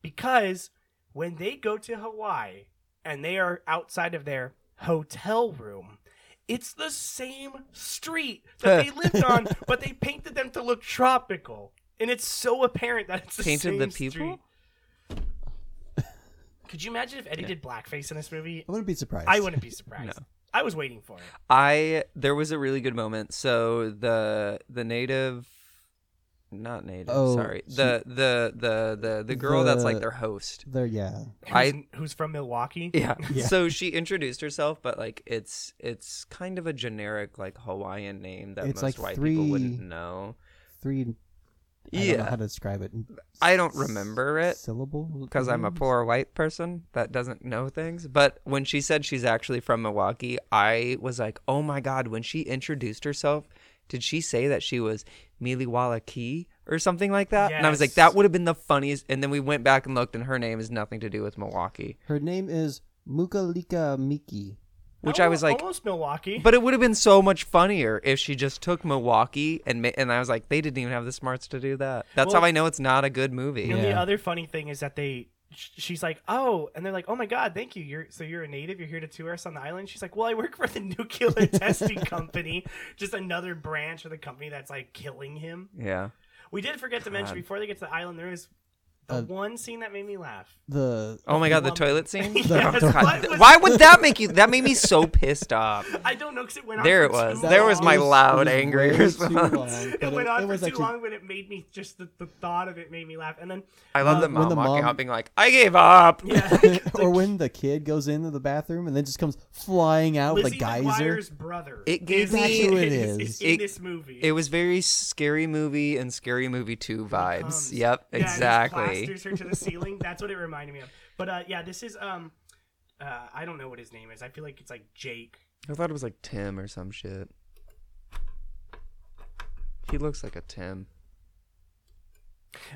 Speaker 4: Because when they go to Hawaii and they are outside of their hotel room, it's the same street that they lived on, but they painted them to look tropical. And it's so apparent that it's the
Speaker 3: Painted
Speaker 4: same
Speaker 3: the people?
Speaker 4: street. Could you imagine if Eddie did blackface in this movie?
Speaker 5: I wouldn't be surprised.
Speaker 4: I wouldn't be surprised. I was waiting for it.
Speaker 3: I there was a really good moment. So the the native, not native.
Speaker 5: Oh,
Speaker 3: sorry.
Speaker 5: she-
Speaker 3: The the the the the girl that's like
Speaker 5: The-
Speaker 3: their host.
Speaker 5: There, yeah.
Speaker 3: I
Speaker 4: Who's- who's from Milwaukee?
Speaker 3: Yeah.
Speaker 5: Yeah.
Speaker 3: So she introduced herself, but like it's it's kind of a generic like Hawaiian name that
Speaker 5: It's
Speaker 3: most
Speaker 5: like
Speaker 3: white
Speaker 5: three-
Speaker 3: people wouldn't know.
Speaker 5: Three. I don't know
Speaker 3: yeah.
Speaker 5: how to describe it.
Speaker 3: I don't remember it
Speaker 5: Syllable.
Speaker 3: because I'm a
Speaker 4: Mm.
Speaker 5: names?
Speaker 3: poor white person that doesn't know things. But when she said she's actually from Milwaukee, I was like, oh my god. When she introduced herself, did she say that she was Miliwalaki or something like that? And I was like,
Speaker 4: Yes.
Speaker 3: that would have been the funniest. And then we went back and looked, and her name has nothing to do with Milwaukee,
Speaker 5: Her name is Mukalika Miki.
Speaker 3: which
Speaker 4: Oh,
Speaker 3: I was like,
Speaker 4: almost Milwaukee.
Speaker 3: But it would have been so much funnier if she just took Milwaukee and ma- and I was like, they didn't even have the smarts to do that. That's
Speaker 4: Well-
Speaker 3: how I know it's not a good movie.
Speaker 4: And the
Speaker 5: Yeah.
Speaker 4: other funny thing is that they, sh- she's like, oh, and they're like, oh my god, thank you. You're so you're a native. You're here to tour us on the island. She's like, well, I work for the nuclear testing company, just another branch of the company that's like killing him.
Speaker 3: Yeah.
Speaker 4: We did forget to mention before they get to the island, there is the
Speaker 5: Uh,
Speaker 4: one scene that made me laugh.
Speaker 5: The
Speaker 3: Oh my god, the
Speaker 4: Woman.
Speaker 3: toilet scene.
Speaker 4: Yes,
Speaker 3: God,
Speaker 4: what
Speaker 3: th-
Speaker 4: was-
Speaker 3: why would that make you? That made me so pissed off.
Speaker 4: I don't know because it went on.
Speaker 3: There
Speaker 4: for
Speaker 3: it was.
Speaker 4: too
Speaker 3: There was
Speaker 4: long.
Speaker 3: my
Speaker 5: It was-
Speaker 3: loud,
Speaker 5: it was
Speaker 3: angry
Speaker 5: way too
Speaker 3: response.
Speaker 5: long,
Speaker 4: It
Speaker 5: but
Speaker 4: went on
Speaker 5: it
Speaker 4: for
Speaker 5: was
Speaker 4: too
Speaker 5: actually-
Speaker 4: long, but it made me just the, the thought of it made me laugh. And then
Speaker 3: I love
Speaker 5: Uh,
Speaker 3: the
Speaker 5: when
Speaker 3: mom
Speaker 5: the
Speaker 3: walking
Speaker 5: mom-
Speaker 3: out, being like, "I gave up."
Speaker 4: yeah,
Speaker 5: or when the kid goes into the bathroom and then just comes flying out
Speaker 4: Lizzie
Speaker 5: with a geyser.
Speaker 4: McGuire's brother.
Speaker 3: It gave
Speaker 4: is in-
Speaker 3: me- That's who
Speaker 5: it
Speaker 4: is
Speaker 5: is.
Speaker 4: in
Speaker 3: It-
Speaker 4: this movie. Um,
Speaker 3: It was very scary movie and scary movie two vibes.
Speaker 4: comes.
Speaker 3: Yep,
Speaker 4: Yeah, and just
Speaker 3: exactly.
Speaker 4: plasters her to the ceiling. That's what it reminded me of. But uh, yeah, this is um, uh, I don't know what his name is. I feel like it's like Jake.
Speaker 3: I thought it was like Tim or some shit. He looks like a Tim.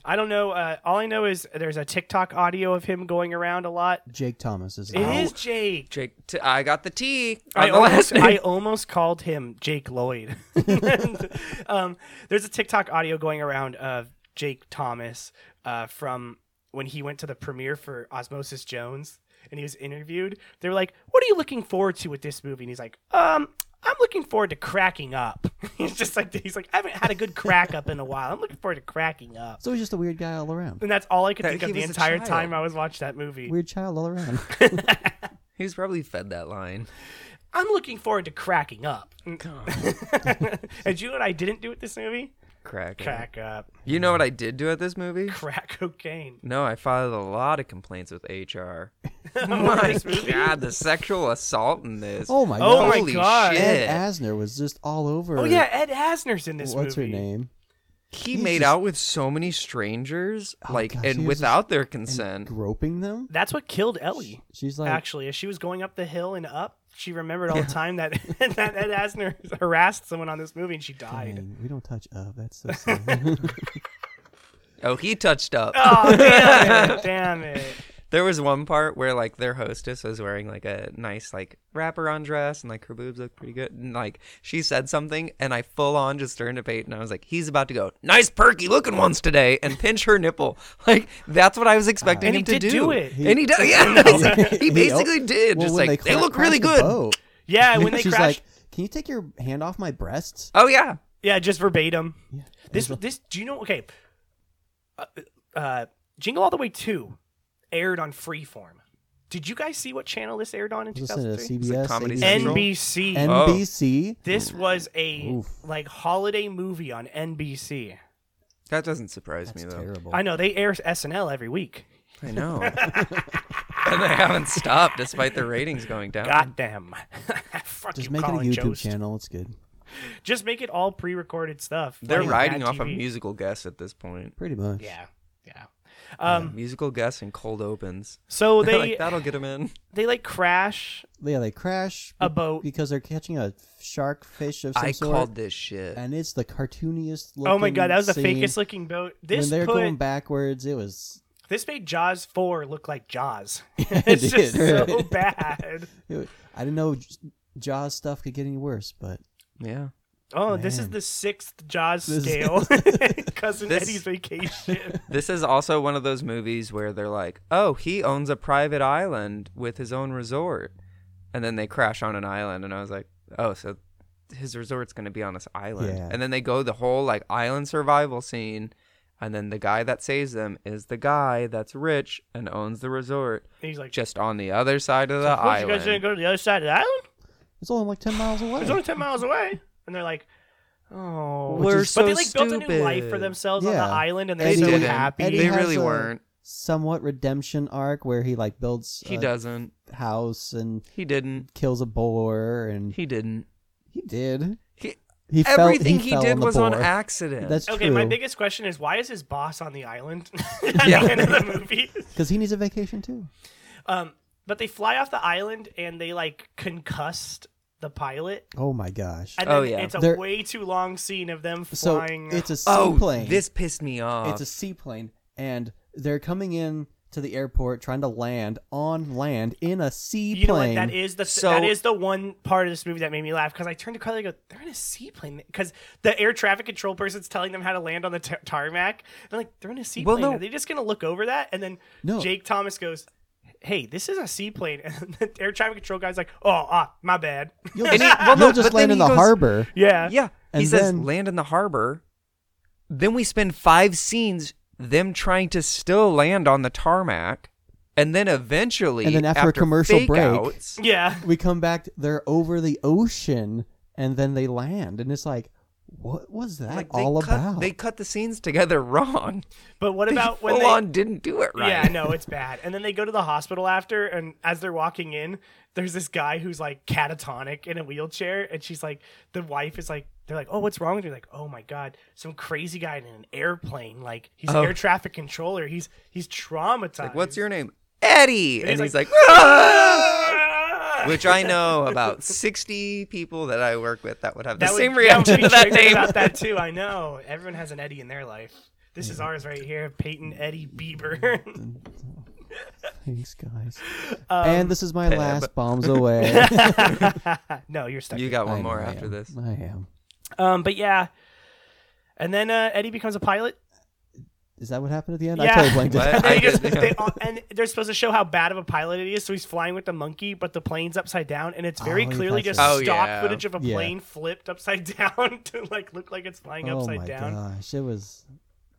Speaker 4: I don't know. Uh, all I know is there's a TikTok audio of him going around a lot.
Speaker 5: Jake Thomas is.
Speaker 4: It is Jake.
Speaker 3: Jake, t- I got the T on
Speaker 4: I
Speaker 3: the last
Speaker 4: almost,
Speaker 3: name.
Speaker 4: I almost called him Jake Lloyd. um, there's a TikTok audio going around of Jake Thomas uh, from when he went to the premiere for Osmosis Jones and he was interviewed. They were like, What are you looking forward to with this movie? And he's like, Um, I'm looking forward to cracking up. he's just like, He's like, I haven't had a good crack up in a while. I'm looking forward to cracking up.
Speaker 5: So he's just a weird guy all around.
Speaker 4: And that's all I could
Speaker 3: That
Speaker 4: think
Speaker 3: he
Speaker 4: of the
Speaker 3: was a
Speaker 4: entire
Speaker 3: child.
Speaker 4: time I was watching that movie.
Speaker 5: Weird child all around.
Speaker 3: he was probably fed that line.
Speaker 4: I'm looking forward to cracking up. and you know what I didn't do with this movie?
Speaker 3: Crack.
Speaker 4: Crack up.
Speaker 3: You know what I did do at this movie?
Speaker 4: Crack cocaine.
Speaker 3: No, I filed a lot of complaints with HR. my God, the sexual assault in this.
Speaker 5: Oh my
Speaker 4: Oh
Speaker 5: god.
Speaker 4: my
Speaker 3: Holy
Speaker 4: God.
Speaker 3: shit.
Speaker 5: Ed Asner was just all over.
Speaker 4: Oh yeah, Oh, Ed Asner's in this
Speaker 5: What's
Speaker 4: movie.
Speaker 5: her name?
Speaker 3: he
Speaker 5: He's
Speaker 3: made
Speaker 5: just-
Speaker 3: out with so many strangers,
Speaker 5: Oh,
Speaker 3: like,
Speaker 5: gosh, he
Speaker 3: and
Speaker 5: was just-
Speaker 3: without their
Speaker 5: And
Speaker 3: consent.
Speaker 5: groping them.
Speaker 4: That's what killed Ellie.
Speaker 5: She's like,
Speaker 4: actually, as she was going up the hill and up, she remembered all the time that that Ed Asner harassed someone on this movie and she died.
Speaker 5: "Dang, we don't touch up. That's so sad.
Speaker 3: oh, he touched up.
Speaker 4: Oh damn it! Damn it!
Speaker 3: There was one part where like their hostess was wearing like a nice like wrapper on dress and like her boobs looked pretty good and like she said something and I full on just turned to Peyton and I was like he's about to go nice perky looking ones today and pinch her nipple like that's what I was expecting
Speaker 4: And
Speaker 3: him
Speaker 4: he
Speaker 3: to
Speaker 4: did
Speaker 3: do
Speaker 4: do it.
Speaker 3: and he did yeah he
Speaker 5: He
Speaker 3: basically
Speaker 5: helped.
Speaker 3: did
Speaker 5: Well,
Speaker 3: just
Speaker 5: when
Speaker 3: like they,
Speaker 5: cra-
Speaker 3: look really
Speaker 5: crashed the
Speaker 3: good
Speaker 5: boat,
Speaker 4: Yeah, when they
Speaker 5: she's
Speaker 4: crashed.
Speaker 5: like, "Can you take your hand off my breasts?"
Speaker 3: oh yeah
Speaker 4: yeah, just verbatim.
Speaker 5: Yeah.
Speaker 4: This
Speaker 5: It's like,
Speaker 4: this do you know? Okay, uh, uh, Jingle All the Way two aired on Freeform. Did you guys see what channel this aired on in
Speaker 5: I was listening to
Speaker 4: 2003?
Speaker 5: CBS,
Speaker 3: Comedy Central?
Speaker 4: NBC.
Speaker 3: Oh.
Speaker 5: NBC.
Speaker 4: this was a
Speaker 5: Oof.
Speaker 4: like holiday movie on NBC.
Speaker 3: that doesn't surprise
Speaker 5: That's
Speaker 3: me though
Speaker 5: terrible.
Speaker 4: I know they air SNL every week.
Speaker 3: I know and they haven't stopped despite their ratings going down
Speaker 4: Goddamn! Fuck
Speaker 5: Just
Speaker 4: you,
Speaker 5: make it a
Speaker 4: Colin
Speaker 5: YouTube
Speaker 4: Jost.
Speaker 5: channel. It's good.
Speaker 4: Just make it all pre-recorded stuff.
Speaker 3: they're
Speaker 4: like
Speaker 3: riding
Speaker 4: Mad
Speaker 3: off of
Speaker 4: TV.
Speaker 3: musical guests at this point
Speaker 5: Pretty much.
Speaker 4: Yeah, yeah. Um,
Speaker 3: musical guests and cold opens.
Speaker 4: so
Speaker 3: They're
Speaker 4: they
Speaker 3: like, that'll get them in.
Speaker 4: they like crash
Speaker 5: Yeah, they crash
Speaker 4: A
Speaker 5: be-
Speaker 4: boat.
Speaker 5: because they're catching a shark fish of some
Speaker 3: I
Speaker 5: sort,
Speaker 3: called this shit.
Speaker 5: and it's the cartooniest.
Speaker 4: Oh my
Speaker 5: looking
Speaker 4: god, that was the
Speaker 5: scene.
Speaker 4: fakest looking boat.
Speaker 5: when
Speaker 4: This
Speaker 5: they're
Speaker 4: put
Speaker 5: going backwards, it was
Speaker 4: this made Jaws four look like Jaws.
Speaker 5: it
Speaker 4: it's just
Speaker 5: did.
Speaker 4: so bad.
Speaker 5: It wa- I didn't know J- Jaws stuff could get any worse, but
Speaker 3: yeah.
Speaker 4: Oh, this is
Speaker 5: Man.
Speaker 4: the sixth Jaws
Speaker 5: This-
Speaker 4: scale. Cousin
Speaker 3: This-
Speaker 4: Eddie's vacation.
Speaker 3: This is also one of those movies where they're like, oh, he owns a private island with his own resort. And then they crash on an island. And I was like, oh, so his resort's going to be on this island.
Speaker 5: Yeah.
Speaker 3: And then they go the whole like island survival scene. And then the guy that saves them is the guy that's rich and owns the resort
Speaker 4: And he's like,
Speaker 3: just on the other side of the
Speaker 4: "What, you guys didn't
Speaker 3: island.
Speaker 4: go to the other side of the island?
Speaker 5: it's only like ten miles away.
Speaker 4: It's only ten miles away." And they're like, "Oh,
Speaker 3: We're
Speaker 4: but they
Speaker 3: so
Speaker 4: like built a new life for
Speaker 3: stupid.
Speaker 4: themselves on
Speaker 5: Yeah.
Speaker 4: the island, and they're
Speaker 3: They
Speaker 5: Eddie-
Speaker 4: so
Speaker 3: didn't.
Speaker 4: happy."
Speaker 5: Eddie
Speaker 3: they
Speaker 5: has
Speaker 3: really
Speaker 5: a-
Speaker 3: weren't.
Speaker 5: Somewhat redemption arc where he like builds
Speaker 3: He
Speaker 5: a
Speaker 3: doesn't.
Speaker 5: house and
Speaker 3: He didn't.
Speaker 5: kills a boar, and he,
Speaker 3: He didn't.
Speaker 5: did.
Speaker 3: He,
Speaker 5: He fell-
Speaker 3: everything he,
Speaker 5: fell
Speaker 3: did
Speaker 5: on the
Speaker 3: was on
Speaker 5: boar.
Speaker 3: accident.
Speaker 5: That's
Speaker 4: Okay, my
Speaker 5: true.
Speaker 4: biggest question is why is his boss on the island at
Speaker 3: Yeah.
Speaker 4: the end of the movie?
Speaker 5: because he needs a vacation too.
Speaker 4: Um, but they fly off the island and they like concussed the pilot.
Speaker 5: Oh my gosh!
Speaker 4: And
Speaker 3: Oh,
Speaker 4: then
Speaker 3: yeah.
Speaker 4: it's a
Speaker 5: They're-
Speaker 4: way too long scene of them
Speaker 5: so
Speaker 4: flying. uh,
Speaker 5: it's a
Speaker 3: oh,
Speaker 5: seaplane.
Speaker 3: this pissed me off.
Speaker 5: it's a seaplane, and they're coming in to the airport trying to land on land in a seaplane.
Speaker 4: you know what? That is the
Speaker 3: So-
Speaker 4: that is the one part of this movie that made me laugh because I turned to Carly and I go, "They're in a seaplane." Because the air traffic control person's telling them how to land on the tar- tarmac. And like, "They're in a seaplane.
Speaker 3: no.
Speaker 4: Are they just gonna look over that?" And then
Speaker 5: No.
Speaker 4: Jake Thomas goes, "Hey, this is a seaplane." And the air traffic control guy's like, "Oh, ah, my bad."
Speaker 5: You'll
Speaker 3: And
Speaker 5: just,
Speaker 3: he- well, no,
Speaker 5: you'll just
Speaker 3: but then
Speaker 5: land in
Speaker 3: he
Speaker 5: the
Speaker 3: goes-
Speaker 5: harbor.
Speaker 4: yeah.
Speaker 3: yeah. he
Speaker 5: And
Speaker 3: says
Speaker 5: then-
Speaker 3: land in the harbor. Then we spend five scenes them trying to still land on the tarmac, and then eventually,
Speaker 5: And then after a commercial
Speaker 3: fake
Speaker 5: break-
Speaker 3: outs-
Speaker 4: Yeah.
Speaker 5: We come back, they're over the ocean, and then they land, and it's like, what was that
Speaker 3: like, they
Speaker 5: all
Speaker 3: cut,
Speaker 5: about?
Speaker 3: They cut the scenes together wrong.
Speaker 4: But what
Speaker 3: They
Speaker 4: about when
Speaker 3: full
Speaker 4: they
Speaker 3: on didn't do it right.
Speaker 4: Yeah, no, it's bad. And then they go to the hospital after, and as they're walking in, there's this guy who's like catatonic in a wheelchair, and she's like, the wife is like, they're like, oh, what's wrong with you? Like, oh my god, some crazy guy in an airplane. Like, he's
Speaker 3: Oh.
Speaker 4: an air traffic controller. He's he's traumatized.
Speaker 3: Like, what's your name? Eddie. And, he's
Speaker 4: he's
Speaker 3: like, "Ah!" which I know about 60 people that I work with that would have the
Speaker 4: That would-
Speaker 3: same
Speaker 4: that would
Speaker 3: reaction
Speaker 4: be
Speaker 3: to that
Speaker 4: triggered
Speaker 3: name.
Speaker 4: About that too, I know. Everyone has an Eddie in their life. This is ours right here, Peyton Eddie Bieber.
Speaker 5: Thanks, guys. and this is my last bombs away.
Speaker 4: no, you're stuck.
Speaker 3: You got one
Speaker 5: I
Speaker 3: more
Speaker 5: know I
Speaker 3: after
Speaker 5: am.
Speaker 3: this.
Speaker 5: I am.
Speaker 4: Um, but yeah. And then uh, Eddie becomes a pilot.
Speaker 5: Is that what happened at the end?
Speaker 4: Yeah.
Speaker 5: I totally blanked it.
Speaker 3: What?
Speaker 5: out.
Speaker 4: And,
Speaker 3: I
Speaker 4: they just,
Speaker 3: did, yeah.
Speaker 4: they all, and they're supposed to show how bad of a pilot it is. So he's flying with the monkey, but the plane's upside down, and it's very
Speaker 5: Oh, he
Speaker 4: clearly
Speaker 5: flies
Speaker 4: just
Speaker 3: it. Oh,
Speaker 4: stock
Speaker 3: yeah.
Speaker 4: footage of a
Speaker 5: Yeah.
Speaker 4: plane flipped upside down to like look like it's flying
Speaker 5: Oh
Speaker 4: upside
Speaker 5: my
Speaker 4: down.
Speaker 5: gosh, it was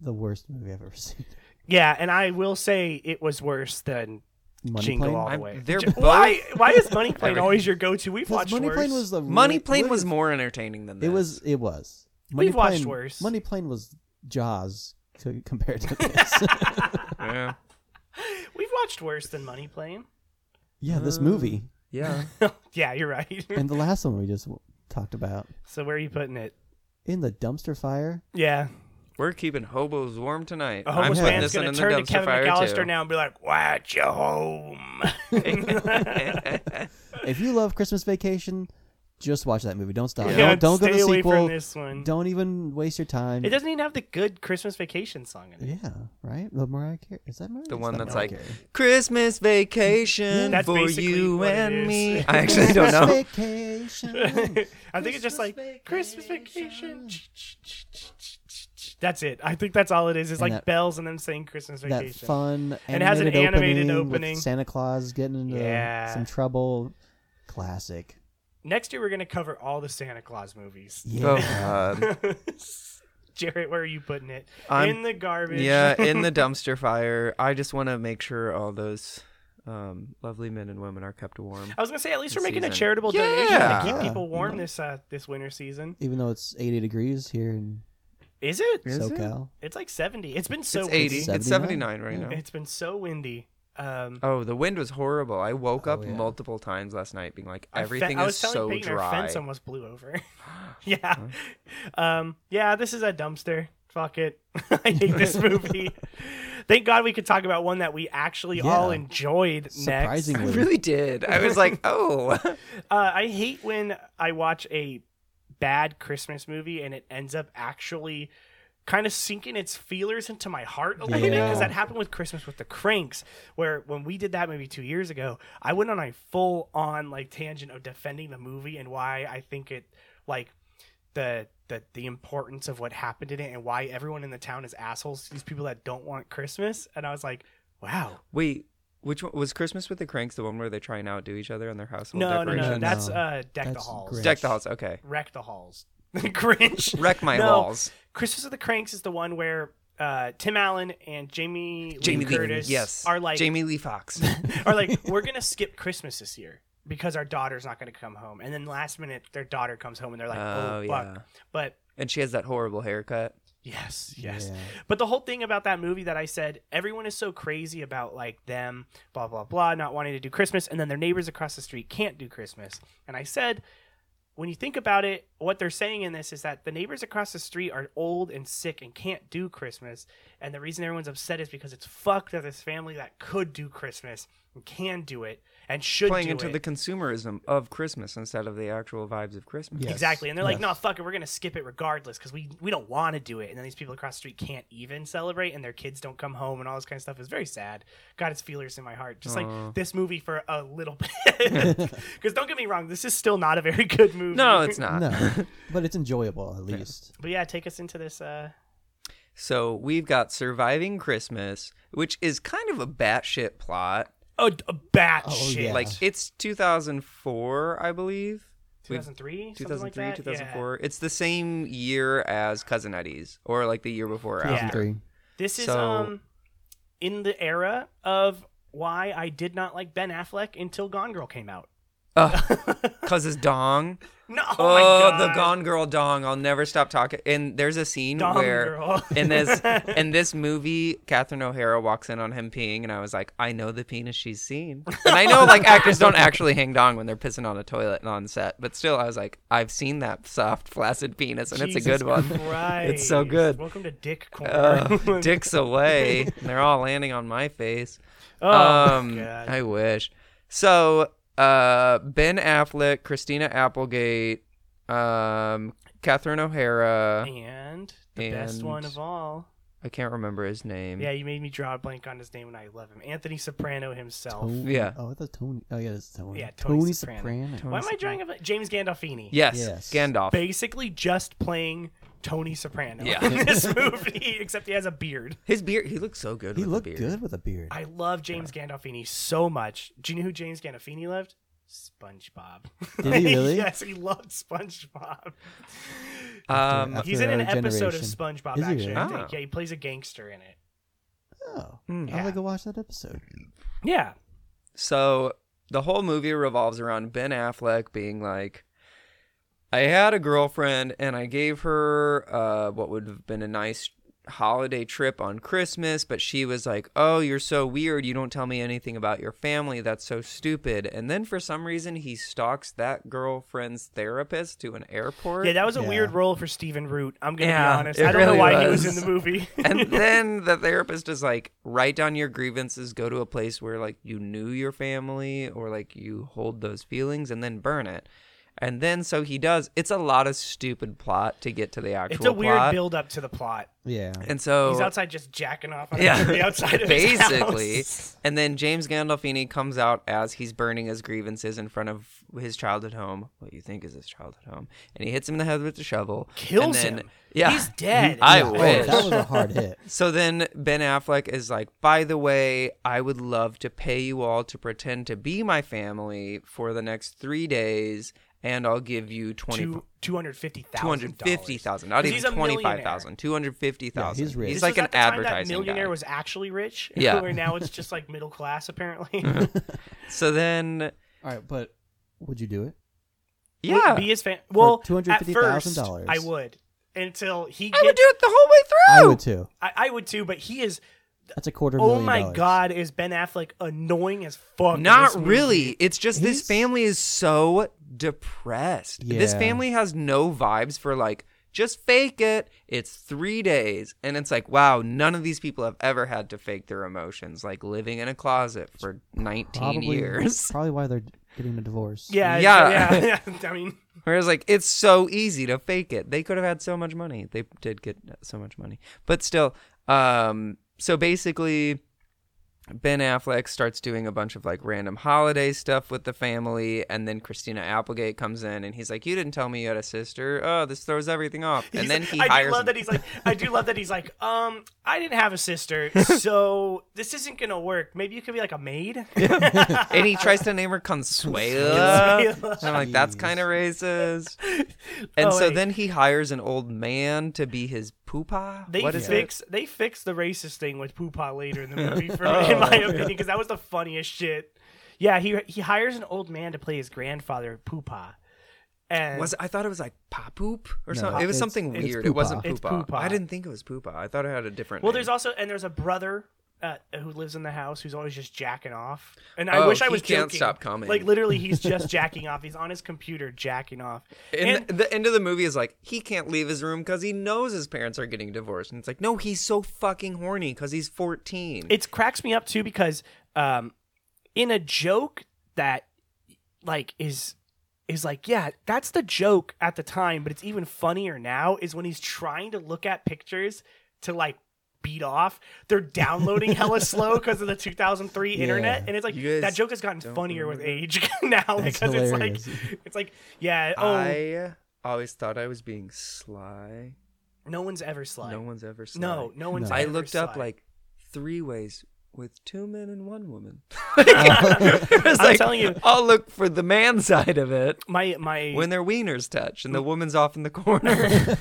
Speaker 5: the worst movie I've ever seen.
Speaker 4: Yeah, and I will say it was worse than
Speaker 5: Money
Speaker 4: Jingle
Speaker 5: Plane.
Speaker 4: All the
Speaker 3: I'm-
Speaker 4: Way.
Speaker 3: they're
Speaker 4: J- why?
Speaker 3: both-
Speaker 4: Why is Money Plane
Speaker 3: Everything.
Speaker 4: always your go-to? We've
Speaker 5: Because
Speaker 4: watched
Speaker 5: Money
Speaker 4: worse.
Speaker 5: Plane was the
Speaker 3: Money
Speaker 5: really-
Speaker 3: Plane
Speaker 5: what
Speaker 3: was
Speaker 5: is-
Speaker 3: more entertaining than this.
Speaker 5: It was. It was.
Speaker 4: We've
Speaker 5: Money
Speaker 4: watched
Speaker 5: Plane-
Speaker 4: worse.
Speaker 5: Money Plane was Jaws to, compared to this.
Speaker 3: Yeah.
Speaker 4: We've watched worse than Money Plane.
Speaker 5: yeah, this movie
Speaker 3: yeah.
Speaker 4: yeah, you're right.
Speaker 5: and the last one we just w- talked about
Speaker 4: so where are you putting it?
Speaker 5: in the dumpster fire.
Speaker 4: Yeah,
Speaker 3: We're keeping hobos warm tonight.
Speaker 4: A
Speaker 3: I'm
Speaker 4: homeless
Speaker 3: putting
Speaker 4: man's
Speaker 3: this in
Speaker 4: going to
Speaker 3: the
Speaker 4: turn to
Speaker 3: dumpster
Speaker 4: Kevin
Speaker 3: fire
Speaker 4: McAllister
Speaker 3: too.
Speaker 4: now and be like, "What you home?"
Speaker 5: if you love Christmas Vacation, just watch that movie. Don't stop.
Speaker 4: Yeah,
Speaker 5: don't, don't go to
Speaker 4: stay
Speaker 5: the
Speaker 4: away
Speaker 5: sequel.
Speaker 4: from this one.
Speaker 5: Don't even waste your time.
Speaker 4: It doesn't even have the good Christmas vacation song in it.
Speaker 5: Yeah, right. The Mariah Carey is that Mariah?
Speaker 3: The
Speaker 5: It's
Speaker 3: one
Speaker 5: not
Speaker 3: that's
Speaker 5: Mariah
Speaker 3: like
Speaker 5: Carey.
Speaker 3: Christmas vacation
Speaker 4: That's
Speaker 3: for
Speaker 4: basically
Speaker 3: you
Speaker 4: what it is.
Speaker 3: and me. I actually don't know.
Speaker 5: Vacation.
Speaker 4: I think it's just like Christmas vacation. That's it. I think that's all it is. It's
Speaker 5: And
Speaker 4: like
Speaker 5: that-
Speaker 4: bells and them saying Christmas
Speaker 5: that
Speaker 4: vacation.
Speaker 5: fun animated
Speaker 4: And it has an animated
Speaker 5: opening with
Speaker 4: opening.
Speaker 5: Santa Claus getting into
Speaker 4: Yeah.
Speaker 5: some trouble. Classic.
Speaker 4: Next year we're gonna cover all the Santa Claus movies.
Speaker 5: Yeah.
Speaker 3: Oh god.
Speaker 4: Jarrett, where are you putting it?
Speaker 3: I'm-
Speaker 4: in the garbage.
Speaker 3: Yeah, in the dumpster fire. I just want to make sure all those um, lovely men and women are kept warm.
Speaker 4: I was gonna say at least we're
Speaker 3: This
Speaker 4: making a
Speaker 3: season.
Speaker 4: charitable donation to
Speaker 3: Yeah.
Speaker 4: keep
Speaker 5: Yeah.
Speaker 4: people warm this uh, this winter season.
Speaker 5: Even though it's 80 degrees here in
Speaker 4: Is it?
Speaker 3: Is it?
Speaker 5: SoCal,
Speaker 4: It's like seventy. It's been so
Speaker 3: It's
Speaker 4: windy.
Speaker 3: 80. It's 79,
Speaker 5: 79
Speaker 3: right now.
Speaker 4: It's been so windy. Um,
Speaker 3: Oh, the wind was horrible. I woke up
Speaker 5: Oh, yeah.
Speaker 3: multiple times last night being like,
Speaker 4: Our fe-
Speaker 3: everything
Speaker 4: I
Speaker 3: is
Speaker 4: was telling
Speaker 3: so
Speaker 4: Peyton Our
Speaker 3: dry.
Speaker 4: fence almost blew over. yeah, um, yeah. This is a dumpster. Fuck it. I hate this movie. Thank God we could talk about one that we actually all
Speaker 5: Yeah.
Speaker 4: enjoyed.
Speaker 5: surprisingly,
Speaker 3: I really did. I was like, oh.
Speaker 4: Next, uh, I hate when I watch a bad Christmas movie and it ends up actually kind of sinking its feelers into my heart a little bit
Speaker 5: Yeah.
Speaker 4: because that happened with Christmas with the Cranks, where when we did that maybe two years ago, I went on a full on like tangent of defending the movie and why I think it like the the the importance of what happened in it and why everyone in the town is assholes, these people that don't want Christmas. And I was like, wow.
Speaker 3: Wait, which one was Christmas with the Cranks? The one where they try and outdo each other on their household
Speaker 4: No, no,
Speaker 3: decorations?
Speaker 4: no, that's
Speaker 5: No.
Speaker 4: uh deck the
Speaker 5: That's
Speaker 4: halls.
Speaker 5: Grinch.
Speaker 3: Deck the halls. Okay.
Speaker 4: Wreck the halls. Grinch.
Speaker 3: Wreck my
Speaker 4: No.
Speaker 3: halls.
Speaker 4: Christmas of the Cranks is the one where uh, Tim Allen and Jamie
Speaker 3: Jamie Lee.
Speaker 4: Curtis
Speaker 3: yes.
Speaker 4: are like
Speaker 3: Jamie Lee Fox.
Speaker 4: are like we're gonna skip Christmas this year because our daughter's not gonna come home, and then last minute their daughter comes home and they're like, oh,
Speaker 3: Oh,
Speaker 4: fuck.
Speaker 3: yeah.
Speaker 4: But
Speaker 3: and she has that horrible haircut.
Speaker 4: yes, yes.
Speaker 5: Yeah.
Speaker 4: But the whole thing about that movie that I said everyone is so crazy about like them, blah blah blah, not wanting to do Christmas, and then their neighbors across the street can't do Christmas, and I said. When you think about it, what they're saying in this is that the neighbors across the street are old and sick and can't do Christmas. And the reason everyone's upset is because it's fucked that this family that could do Christmas and can do it and should
Speaker 3: Playing
Speaker 4: do
Speaker 3: into
Speaker 4: it.
Speaker 3: the consumerism of Christmas instead of the actual vibes of Christmas.
Speaker 5: Yes.
Speaker 4: Exactly. And they're like,
Speaker 5: Yes.
Speaker 4: no, fuck it. We're going to skip it regardless because we, we don't want to do it. And then these people across the street can't even celebrate and their kids don't come home and all this kind of stuff is very sad. Got its feelers in my heart. Just
Speaker 3: Aw.
Speaker 4: like this movie for a little bit. Because don't get me wrong, this is still not a very good movie.
Speaker 3: No, it's not.
Speaker 5: no, but it's enjoyable at least.
Speaker 4: But yeah, take us into this. Uh,
Speaker 3: So we've got Surviving Christmas, which is kind of a batshit plot.
Speaker 4: a, a bat
Speaker 5: Oh,
Speaker 4: shit.
Speaker 5: yeah.
Speaker 4: Like
Speaker 3: Like it's 2004, I believe. We've-
Speaker 4: 2003?
Speaker 3: 2003,
Speaker 4: 2003,
Speaker 3: 2004. It's the same year as Cousin Eddie's, or like the year before. or after.
Speaker 5: 2003.
Speaker 4: This is
Speaker 3: So-
Speaker 4: um in the era of why I did not like Ben Affleck until Gone Girl came out.
Speaker 3: Ugh, Cause his dong.
Speaker 4: No, oh, my
Speaker 3: Oh,
Speaker 4: God.
Speaker 3: the Gone Girl dong. I'll never stop talking. And there's a scene
Speaker 4: Dong
Speaker 3: where
Speaker 4: Girl.
Speaker 3: in this in this movie, Catherine O'Hara walks in on him peeing, and I was like, I know the penis she's seen. And I know like actors don't actually hang dong when they're pissing on a toilet and on set, but still, I was like, I've seen that soft, flaccid penis, and it's a
Speaker 4: Jesus
Speaker 3: good one.
Speaker 4: Christ.
Speaker 3: It's so good.
Speaker 4: Welcome to Dick Corner.
Speaker 3: Uh, dicks away. and they're all landing on my face.
Speaker 4: oh,
Speaker 3: um,
Speaker 4: God.
Speaker 3: I wish. So, uh, Ben Affleck, Christina Applegate, um, Catherine O'Hara.
Speaker 4: and the best
Speaker 3: and-
Speaker 4: one of all.
Speaker 3: I can't remember his name.
Speaker 4: Yeah, you made me draw a blank on his name, and I love him. Anthony Soprano himself.
Speaker 5: Tony-
Speaker 3: Yeah.
Speaker 5: Oh, I thought Tony. Oh, yeah, that's Tony.
Speaker 4: Yeah, Tony
Speaker 5: Soprano.
Speaker 4: Soprano. Why am I drawing a bl- James Gandolfini?
Speaker 3: Yes,
Speaker 5: Yes.
Speaker 3: Gandalf.
Speaker 4: Basically, just playing Tony Soprano
Speaker 3: Yeah.
Speaker 4: in this movie, except he has a beard.
Speaker 3: His beard. He looks so good.
Speaker 5: He
Speaker 3: with a
Speaker 5: looked
Speaker 3: beard.
Speaker 5: good with a beard.
Speaker 4: I love James Gandolfini so much. Do you know who James Gandolfini loved? SpongeBob.
Speaker 5: Did he really?
Speaker 4: yes, he loved SpongeBob.
Speaker 5: After-
Speaker 3: Um,
Speaker 5: after
Speaker 4: He's in an
Speaker 5: our
Speaker 4: episode of
Speaker 5: generation.
Speaker 4: SpongeBob,
Speaker 5: Is he
Speaker 4: actually.
Speaker 5: really?
Speaker 4: I think.
Speaker 3: Ah.
Speaker 4: Yeah, he plays a gangster in it.
Speaker 5: Oh,
Speaker 3: Mm.
Speaker 5: I'll
Speaker 4: Hmm, Yeah.
Speaker 5: have to go watch that episode.
Speaker 4: Yeah.
Speaker 3: So the whole movie revolves around Ben Affleck being like, I had a girlfriend and I gave her uh, what would have been a nice holiday trip on Christmas, but she was like, "Oh, you're so weird. You don't tell me anything about your family. That's so stupid." And then for some reason, he stalks that girlfriend's therapist to an airport.
Speaker 4: Yeah, that was a
Speaker 5: Yeah.
Speaker 4: weird role for Steven Root. I'm gonna
Speaker 3: Yeah,
Speaker 4: be honest.
Speaker 3: it
Speaker 4: I don't know
Speaker 3: really
Speaker 4: why he
Speaker 3: was.
Speaker 4: was in the movie.
Speaker 3: and then the therapist is like, write down your grievances, go to a place where like you knew your family or like you hold those feelings and then burn it. And then so he does. It's a lot of stupid plot to get to the actual
Speaker 4: it's a weird
Speaker 3: plot.
Speaker 4: build up to the plot.
Speaker 5: Yeah.
Speaker 3: And so
Speaker 4: He's outside just jacking off on
Speaker 3: yeah,
Speaker 4: the outside of his house.
Speaker 3: basically. And then James Gandolfini comes out as he's burning his grievances in front of his childhood home, what you think is his childhood home, and he hits him in the head with the shovel. and
Speaker 4: Kills
Speaker 3: then-
Speaker 4: him.
Speaker 3: Yeah,
Speaker 4: He's dead.
Speaker 3: I
Speaker 5: Oh,
Speaker 3: wish.
Speaker 5: that was a hard hit.
Speaker 3: So then Ben Affleck is like, by the way, I would love to pay you all to pretend to be my family for the next three days, and I'll give you twenty.
Speaker 4: Two two hundred fifty thousand.
Speaker 3: 250000 not
Speaker 4: 'Cause
Speaker 3: even
Speaker 4: he's a millionaire.
Speaker 3: 25000 250000
Speaker 5: Yeah, he's rich.
Speaker 3: he's
Speaker 5: This
Speaker 3: like an
Speaker 4: at the time That
Speaker 3: advertising
Speaker 4: millionaire
Speaker 3: guy.
Speaker 4: was actually rich.
Speaker 3: Yeah. Mm-hmm.
Speaker 4: Where now it's just like middle class apparently.
Speaker 3: so then
Speaker 5: All right, but would you do it?
Speaker 3: yeah
Speaker 4: Would be his fan. Well, at
Speaker 5: $250,000.
Speaker 4: first, I would until he.
Speaker 3: i would
Speaker 4: gets-
Speaker 3: do it the whole way through
Speaker 5: I would too.
Speaker 4: I, I would too, but he is.
Speaker 5: That's a quarter
Speaker 4: Oh
Speaker 5: million.
Speaker 4: my
Speaker 5: dollars.
Speaker 4: god, is Ben Affleck annoying as fuck? in this
Speaker 3: Not
Speaker 4: movie.
Speaker 3: really. It's just this
Speaker 5: He's-
Speaker 3: family is so depressed. This
Speaker 5: Yeah.
Speaker 3: family has no vibes for like just fake it. It's 3 days and it's like wow, none of these people have ever had to fake their emotions like living in a closet for 19
Speaker 5: Probably,
Speaker 3: years.
Speaker 5: Probably why they're getting a divorce.
Speaker 4: Yeah,
Speaker 3: Yeah.
Speaker 4: yeah. yeah, I mean,
Speaker 3: Whereas like it's so easy to fake it. They could have had so much money. They did get so much money. But still, um so basically Ben Affleck starts doing a bunch of like random holiday stuff with the family and then Christina Applegate comes in and he's like you didn't tell me you had a sister. Oh, this throws everything off.
Speaker 4: he's-
Speaker 3: And then he
Speaker 4: I
Speaker 3: hires
Speaker 4: do love
Speaker 3: an-
Speaker 4: that he's like. I do love that he's like. Um, I didn't have a sister, so this isn't gonna work. Maybe you could be like a maid.
Speaker 3: and he tries to name her Consuela.
Speaker 4: Consuela.
Speaker 3: And I'm like, that's
Speaker 5: Jeez.
Speaker 3: kind of racist. And
Speaker 4: Oh,
Speaker 3: so
Speaker 4: wait.
Speaker 3: then he hires an old man to be his poopa.
Speaker 4: They
Speaker 3: what is it?
Speaker 4: fix they fix the racist thing with Poopa later in the movie, for,
Speaker 3: Oh.
Speaker 4: in my opinion, because that was the funniest shit. Yeah, he he hires an old man to play his grandfather Poopa, and
Speaker 3: Was I thought it was like papoop or
Speaker 5: No,
Speaker 3: something? It was
Speaker 5: it's-
Speaker 3: something
Speaker 5: it's
Speaker 3: weird.
Speaker 5: Poopa.
Speaker 3: It wasn't poopa.
Speaker 4: It's Poopa.
Speaker 3: I didn't think it was poopa. I thought it had a different.
Speaker 4: well,
Speaker 3: name.
Speaker 4: there's also and there's a brother. Uh, who lives in the house? Who's always just jacking off? And I
Speaker 3: Oh,
Speaker 4: wish I
Speaker 3: he
Speaker 4: was
Speaker 3: can't
Speaker 4: joking.
Speaker 3: stop coming.
Speaker 4: Like literally, he's just jacking off. He's on his computer jacking off.
Speaker 3: and,
Speaker 4: and-
Speaker 3: the, the end of the movie is like he can't leave his room because he knows his parents are getting divorced, and it's like no, he's so fucking horny because he's 14.
Speaker 4: it cracks me up too because um in a joke that like is is like yeah that's the joke at the time but it's even funnier now is when he's trying to look at pictures to like beat off they're downloading hella slow because of the 2003 internet
Speaker 5: Yeah.
Speaker 4: and it's like
Speaker 3: You guys
Speaker 4: that joke has gotten
Speaker 3: don't
Speaker 4: funnier with
Speaker 3: remember
Speaker 4: age now
Speaker 5: That's
Speaker 4: because it's
Speaker 5: hilarious.
Speaker 4: like it's like yeah oh
Speaker 3: I always thought I was being sly.
Speaker 4: no one's ever sly
Speaker 3: No one's ever sly.
Speaker 4: no no one's
Speaker 5: No.
Speaker 3: I
Speaker 4: ever
Speaker 3: looked up
Speaker 4: sly.
Speaker 3: like three ways with two men and one woman.
Speaker 4: I'm telling you.
Speaker 3: I'll look for the man side of it.
Speaker 4: my my
Speaker 3: when their wieners touch and the woman's off in the corner.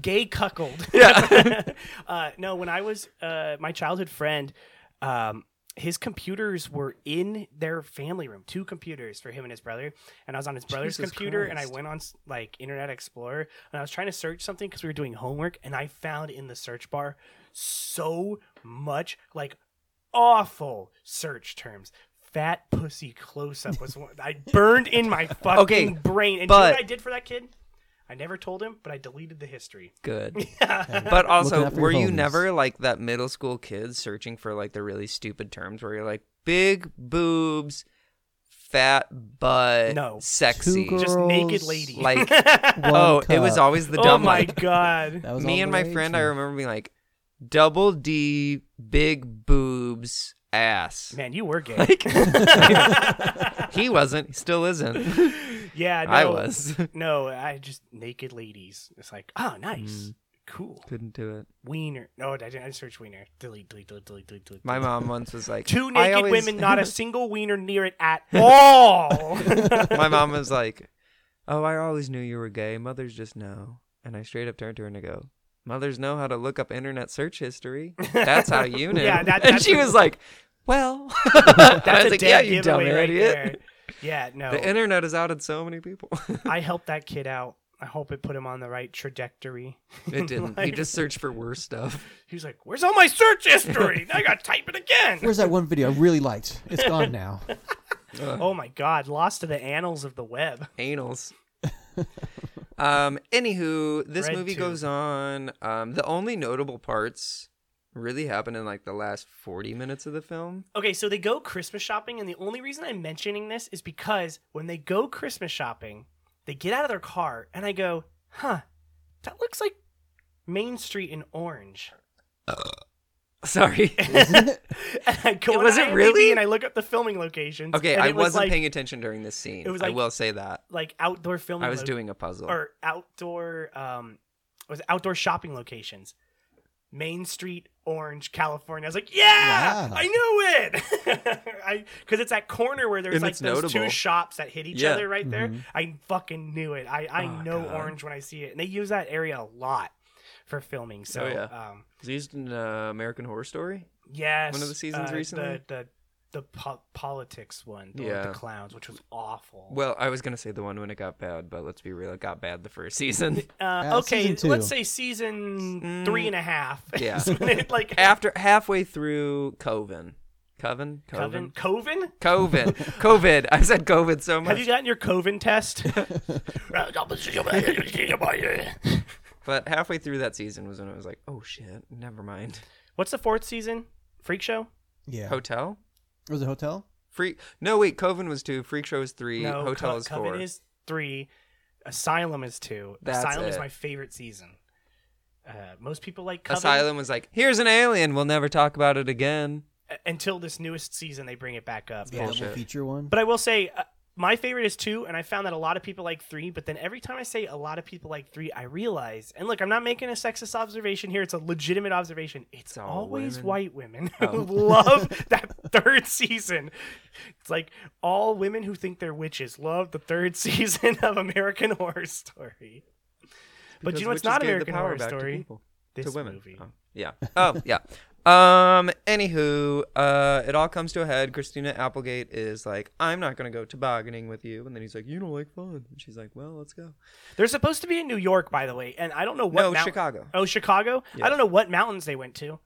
Speaker 4: gay cuckold.
Speaker 3: Yeah.
Speaker 4: uh, no, when I was uh, my childhood friend, um, his computers were in their family room. Two computers for him and his brother, and I was on his brother's
Speaker 3: Jesus
Speaker 4: computer, and I
Speaker 3: Christ.
Speaker 4: went on s- like Internet Explorer, and I was trying to search something because we were doing homework, and I found in the search bar so much like awful search terms. Fat pussy close up was one I burned in my fucking
Speaker 3: Okay,
Speaker 4: brain. And do you know
Speaker 3: but-
Speaker 4: what I did for that kid? I never told him, but I deleted the history.
Speaker 3: Good. But also,
Speaker 5: after your
Speaker 3: were you
Speaker 5: homies.
Speaker 3: never like that middle school kid searching for like the really stupid terms where you're like big boobs, fat butt,
Speaker 4: No.
Speaker 3: sexy?
Speaker 5: Two
Speaker 4: Just
Speaker 5: Girls,
Speaker 4: naked lady.
Speaker 3: like,
Speaker 5: One
Speaker 3: oh, it was
Speaker 5: cup.
Speaker 3: always the
Speaker 4: oh
Speaker 3: dumb
Speaker 4: my
Speaker 3: like,
Speaker 4: god.
Speaker 5: That was
Speaker 3: Me
Speaker 5: all
Speaker 3: and
Speaker 5: the
Speaker 3: my
Speaker 5: rage,
Speaker 3: friend, I
Speaker 5: man.
Speaker 3: remember being like, double D, big boobs, ass.
Speaker 4: Man, you were gay.
Speaker 3: He wasn't. He still isn't.
Speaker 4: yeah, no,
Speaker 3: I was.
Speaker 4: No, I just naked ladies. It's like, oh, nice, cool.
Speaker 3: Couldn't do it.
Speaker 4: Wiener. No, I didn't. I searched wiener. Delete, delete, delete, delete, delete, delete.
Speaker 3: My mom once was like,
Speaker 4: Two
Speaker 3: "I
Speaker 4: naked
Speaker 3: always-
Speaker 4: women, not a single wiener near it at all.
Speaker 3: my mom was like, "Oh, I always knew you were gay. Mothers just know." And I straight up turned to her and I go, "Mothers know how to look up internet search history. That's how you knew."
Speaker 4: Yeah, that-
Speaker 3: and
Speaker 4: that's
Speaker 3: she
Speaker 4: a-
Speaker 3: was like, "Well," that's I
Speaker 4: That's
Speaker 3: was
Speaker 4: a
Speaker 3: like,
Speaker 4: dead
Speaker 3: "Yeah, you dumb
Speaker 4: giveaway right
Speaker 3: idiot.
Speaker 4: there. Yeah, no.
Speaker 3: The internet has outed so many people.
Speaker 4: I helped that kid out. I hope it put him on the right trajectory.
Speaker 3: It didn't. He
Speaker 4: Like-
Speaker 3: just searched for worse stuff.
Speaker 4: He's like, "Where's all my search history? now I got to type it again."
Speaker 5: Where's that one video I really liked? It's gone now.
Speaker 4: Oh my god, lost to the annals of the web.
Speaker 3: Anals. um. Anywho, this
Speaker 4: Red
Speaker 3: movie
Speaker 4: two.
Speaker 3: goes on. Um. The only notable parts really happen in like the last forty minutes of the film.
Speaker 4: Okay, so they go Christmas shopping, and the only reason I'm mentioning this is because when they go Christmas shopping, they get out of their car, and I go, "Huh, that looks like Main Street in Orange."
Speaker 3: Sorry.
Speaker 4: And I go
Speaker 3: It
Speaker 4: on
Speaker 3: wasn't
Speaker 4: IMDb
Speaker 3: really?
Speaker 4: and I look up the filming locations.
Speaker 3: Okay,
Speaker 4: and
Speaker 3: I
Speaker 4: it was
Speaker 3: wasn't
Speaker 4: like,
Speaker 3: paying attention during this scene.
Speaker 4: it was
Speaker 3: I
Speaker 4: like-
Speaker 3: will say that.
Speaker 4: like outdoor filming.
Speaker 3: I was
Speaker 4: lo-
Speaker 3: doing a puzzle.
Speaker 4: or outdoor um was it outdoor shopping locations. Main Street, Orange, California. I was like, yeah,
Speaker 5: Wow.
Speaker 4: I knew it. I because it's that corner where there's
Speaker 3: And
Speaker 4: like
Speaker 3: it's
Speaker 4: those two
Speaker 3: notable.
Speaker 4: shops that hit each
Speaker 3: Yeah.
Speaker 4: other right there. I fucking knew it. I I
Speaker 3: Oh,
Speaker 4: know
Speaker 3: God.
Speaker 4: Orange when I see it, and they use that area a lot for filming. So
Speaker 3: Oh, yeah.
Speaker 4: um,
Speaker 3: Is he used in uh, American Horror Story?
Speaker 4: Yes. uh,
Speaker 3: the seasons recently?
Speaker 4: The the, the po- politics one, the, one with
Speaker 3: Yeah.
Speaker 4: the clowns, which was awful.
Speaker 3: Well, I was gonna say the one when it got bad, but let's be real, it got bad the first season.
Speaker 4: uh,
Speaker 5: Uh,
Speaker 4: okay,
Speaker 5: season two.
Speaker 4: let's say season
Speaker 3: Mm.
Speaker 4: three and a half.
Speaker 3: Yeah.
Speaker 4: is when it, like
Speaker 3: After halfway through Coven, Coven,
Speaker 4: Coven.
Speaker 3: Coven,
Speaker 4: Coven?
Speaker 3: Coven, COVID. I've said COVID so
Speaker 4: Have
Speaker 3: much,
Speaker 4: you gotten your Coven test?
Speaker 3: but halfway through that season was when I was like, oh shit, never mind.
Speaker 4: What's the fourth season? Freak Show?
Speaker 5: yeah.
Speaker 3: Hotel,
Speaker 5: was it hotel?
Speaker 3: Freak. No, wait, Coven was two. Freak Show is three.
Speaker 4: no,
Speaker 3: Hotel
Speaker 4: Co-
Speaker 3: is
Speaker 4: Coven
Speaker 3: four.
Speaker 4: is three. Asylum is two.
Speaker 3: That's
Speaker 4: Asylum is
Speaker 3: it.
Speaker 4: my favorite season. Uh, most people like Coven.
Speaker 3: Asylum was like, here's an alien. We'll never talk about it again.
Speaker 4: uh, until this newest season they bring it back up.
Speaker 5: The double
Speaker 3: Bullshit.
Speaker 5: feature one.
Speaker 4: But I will say, uh, my favorite is two, and I found that a lot of people like three. But then every time I say a lot of people like three, I realize, and look, I'm not making a sexist observation here. It's a legitimate obseration. It's,
Speaker 3: all
Speaker 4: always
Speaker 3: women. Oh.
Speaker 4: white women who love that third season. It's like all women who think they're witches love the third season of American Horror Story. But
Speaker 3: Because
Speaker 4: you know, it's
Speaker 3: witches
Speaker 4: not
Speaker 3: gave the
Speaker 4: American
Speaker 3: power
Speaker 4: Horror
Speaker 3: back to
Speaker 4: Story.
Speaker 3: people.
Speaker 4: This
Speaker 3: to women.
Speaker 4: movie.
Speaker 3: Oh, yeah. Oh, yeah. Um. Anywho, uh, it all comes to a head. Christina Applegate is like, "I'm not gonna go tobogganing with you," and then he's like, "You don't like fun," and she's like, "Well, let's go."
Speaker 4: They're supposed to be in New York, by the way, and I don't know what.
Speaker 3: no,
Speaker 4: mount-
Speaker 3: Chicago
Speaker 4: Oh, Chicago.
Speaker 3: Yeah.
Speaker 4: I don't know what mountains they went to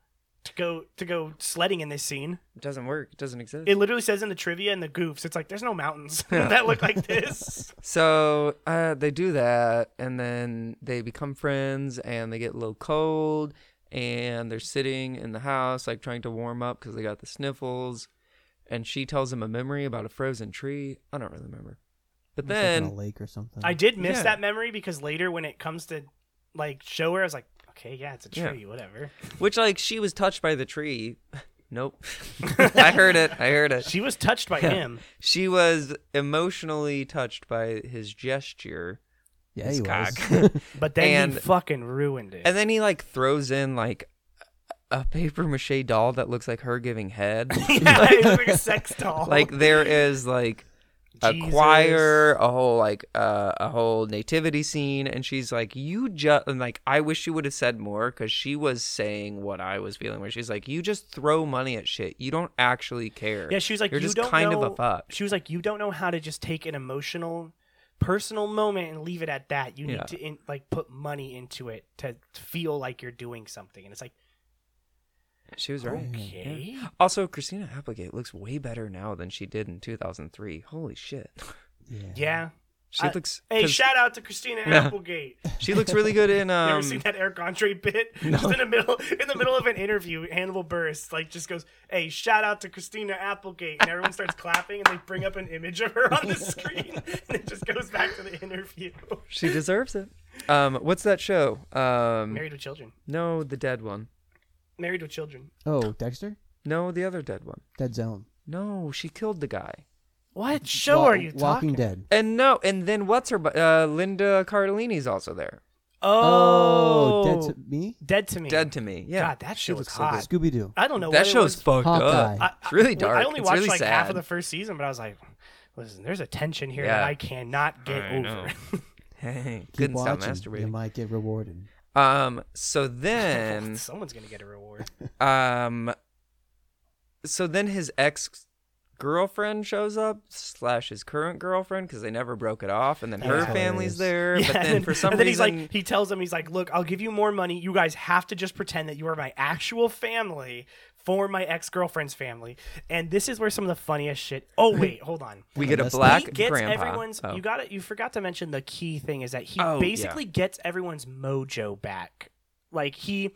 Speaker 4: to go to go sledding in this scene.
Speaker 3: it doesn't work. It doesn't exist.
Speaker 4: It literally says in the trivia and the goofs, it's like there's no mountains that look like this.
Speaker 3: so uh, they do that, and then they become friends, and they get a little cold, and they're sitting in the house, like trying to warm up because they got the sniffles, and she tells him a memory about a frozen tree. I don't really remember, but
Speaker 5: It was like on
Speaker 3: then.
Speaker 5: a lake or something.
Speaker 4: I did miss
Speaker 3: Yeah.
Speaker 4: that memory because later when it comes to like show her, I was like, okay, yeah, it's a
Speaker 3: Yeah.
Speaker 4: tree, whatever.
Speaker 3: Which, like, she was touched by the tree. Nope. I heard it. I heard it.
Speaker 4: She was touched by him.
Speaker 3: She was emotionally touched by his gesture,
Speaker 5: yeah,
Speaker 3: his
Speaker 5: he
Speaker 3: cock.
Speaker 5: was.
Speaker 4: But then he
Speaker 3: And-
Speaker 4: fucking ruined it.
Speaker 3: and then he, like, throws in, like, a paper mache doll that looks like her giving head.
Speaker 4: yeah, it was like a sex doll.
Speaker 3: like, there is, like, a
Speaker 4: Jesus.
Speaker 3: choir, a whole like uh, a whole nativity scene, and she's like, "You just and like I wish you would have said more because she was saying what I was feeling, where she's like, "You just throw money at shit. You don't actually care.
Speaker 4: Yeah, she was like,
Speaker 3: you're
Speaker 4: you
Speaker 3: just
Speaker 4: don't
Speaker 3: kind
Speaker 4: know,
Speaker 3: of a fuck."
Speaker 4: She was like, you don't know how to just take an emotional, personal moment and leave it at that. You
Speaker 3: Yeah.
Speaker 4: need to in, like put money into it to feel like you're doing something. And it's like,
Speaker 3: She was right.
Speaker 4: okay,
Speaker 3: Also, Christina Applegate looks way better now than she did in 2003. Holy shit.
Speaker 5: yeah.
Speaker 4: yeah.
Speaker 3: She
Speaker 4: I-
Speaker 3: looks
Speaker 4: Hey,
Speaker 3: 'cause
Speaker 4: shout out to Christina
Speaker 3: Yeah.
Speaker 4: Applegate.
Speaker 3: she looks really good in
Speaker 4: You ever
Speaker 3: um
Speaker 4: seen that Eric Andre bit? Just in the middle, in the middle of an interview, Hannibal Burris like just goes, "Hey, shout out to Christina Applegate," and everyone starts clapping, and they bring up an image of her on the screen, and it just goes back to the interview.
Speaker 3: she deserves it. Um what's that show? Um
Speaker 4: Married with Children.
Speaker 3: No, the dead one.
Speaker 4: Married with Children.
Speaker 5: Oh, Dexter?
Speaker 3: No, the other dead one.
Speaker 5: Dead Zone.
Speaker 3: No, she killed the guy.
Speaker 4: What show
Speaker 5: Wa-
Speaker 4: are you
Speaker 5: Walking
Speaker 4: talking?
Speaker 5: Dead.
Speaker 3: And no, and then what's her bu- uh Linda Cardellini's also there.
Speaker 4: Oh,
Speaker 5: Dead to Me?
Speaker 4: Dead to me.
Speaker 3: Dead to me. Yeah.
Speaker 4: God, that
Speaker 3: She
Speaker 4: show was
Speaker 3: looks so
Speaker 4: hot.
Speaker 3: good.
Speaker 5: Scooby Doo.
Speaker 4: I don't know.
Speaker 3: That
Speaker 4: what it
Speaker 3: show's
Speaker 4: was.
Speaker 3: fucked
Speaker 5: Hawkeye.
Speaker 3: up.
Speaker 4: I-
Speaker 3: it's really
Speaker 4: I-
Speaker 3: dark.
Speaker 4: I only
Speaker 3: it's
Speaker 4: watched
Speaker 3: really
Speaker 4: like
Speaker 3: sad.
Speaker 4: half of the first season, but I was like, listen, there's a tension here that
Speaker 3: Yeah.
Speaker 4: I cannot get
Speaker 3: I know.
Speaker 4: over.
Speaker 3: Hey,
Speaker 5: Keep
Speaker 3: couldn't stop
Speaker 5: watching. You
Speaker 3: masturbating.
Speaker 5: might get rewarded.
Speaker 3: Um, so then
Speaker 4: Someone's gonna get a reward.
Speaker 3: Um. So then his ex girlfriend shows up slash his current girlfriend because they never broke it off, and then her
Speaker 5: That's hilarious.
Speaker 3: family's there.
Speaker 4: Yeah,
Speaker 3: but then for some
Speaker 4: and then
Speaker 3: reason,
Speaker 4: he's like, he tells them, he's like, look, I'll give you more money. You guys have to just pretend that you are my actual family for my ex girlfriend's family. And this is where some of the funniest shit. Oh wait, hold on.
Speaker 3: we get a
Speaker 5: Unless they-
Speaker 3: black
Speaker 4: he gets
Speaker 3: grandpa.
Speaker 4: everyone's.
Speaker 3: Oh.
Speaker 4: You got it. You forgot to mention the key thing is that he
Speaker 3: Oh, yeah.
Speaker 4: basically gets everyone's mojo back. Like he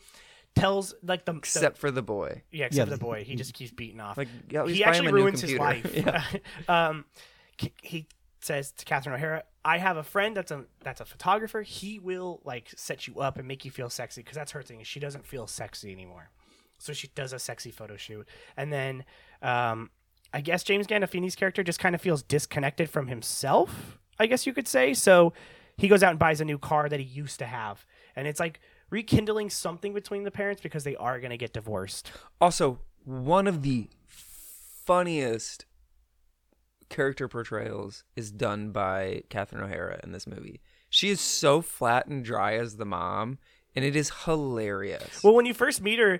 Speaker 4: tells like the, the-
Speaker 3: except for the boy.
Speaker 4: yeah, except
Speaker 5: Yeah,
Speaker 4: for the
Speaker 5: but-
Speaker 4: boy. He just keeps beating off.
Speaker 3: Like at least
Speaker 4: he
Speaker 3: buy him
Speaker 4: actually
Speaker 3: a new
Speaker 4: ruins his
Speaker 3: computer.
Speaker 4: life.
Speaker 3: yeah.
Speaker 4: um, c- he says to Catherine O'Hara, "I have a friend that's a that's a photographer. He will like set you up and make you feel sexy because that's her thing. is She doesn't feel sexy anymore, so she does a sexy photo shoot, and then um, I guess James Gandolfini's character just kind of feels disconnected from himself. I guess you could say so. He goes out and buys a new car that he used to have, and it's like." Rekindling something between the parents because they are going to get divorced.
Speaker 3: Also, one of the funniest character portrayals is done by Catherine O'Hara in this movie. She is so flat and dry as the mom, and it is hilarious.
Speaker 4: Well, when you first meet her,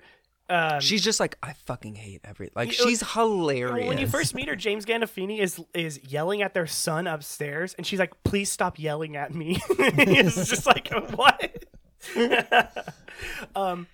Speaker 4: um,
Speaker 3: she's just like, I fucking hate every like.
Speaker 4: You-
Speaker 3: she's hilarious.
Speaker 4: Well, when you first meet her, James Gandolfini is is yelling at their son upstairs, and she's like, "Please stop yelling at me." it's just like what? um.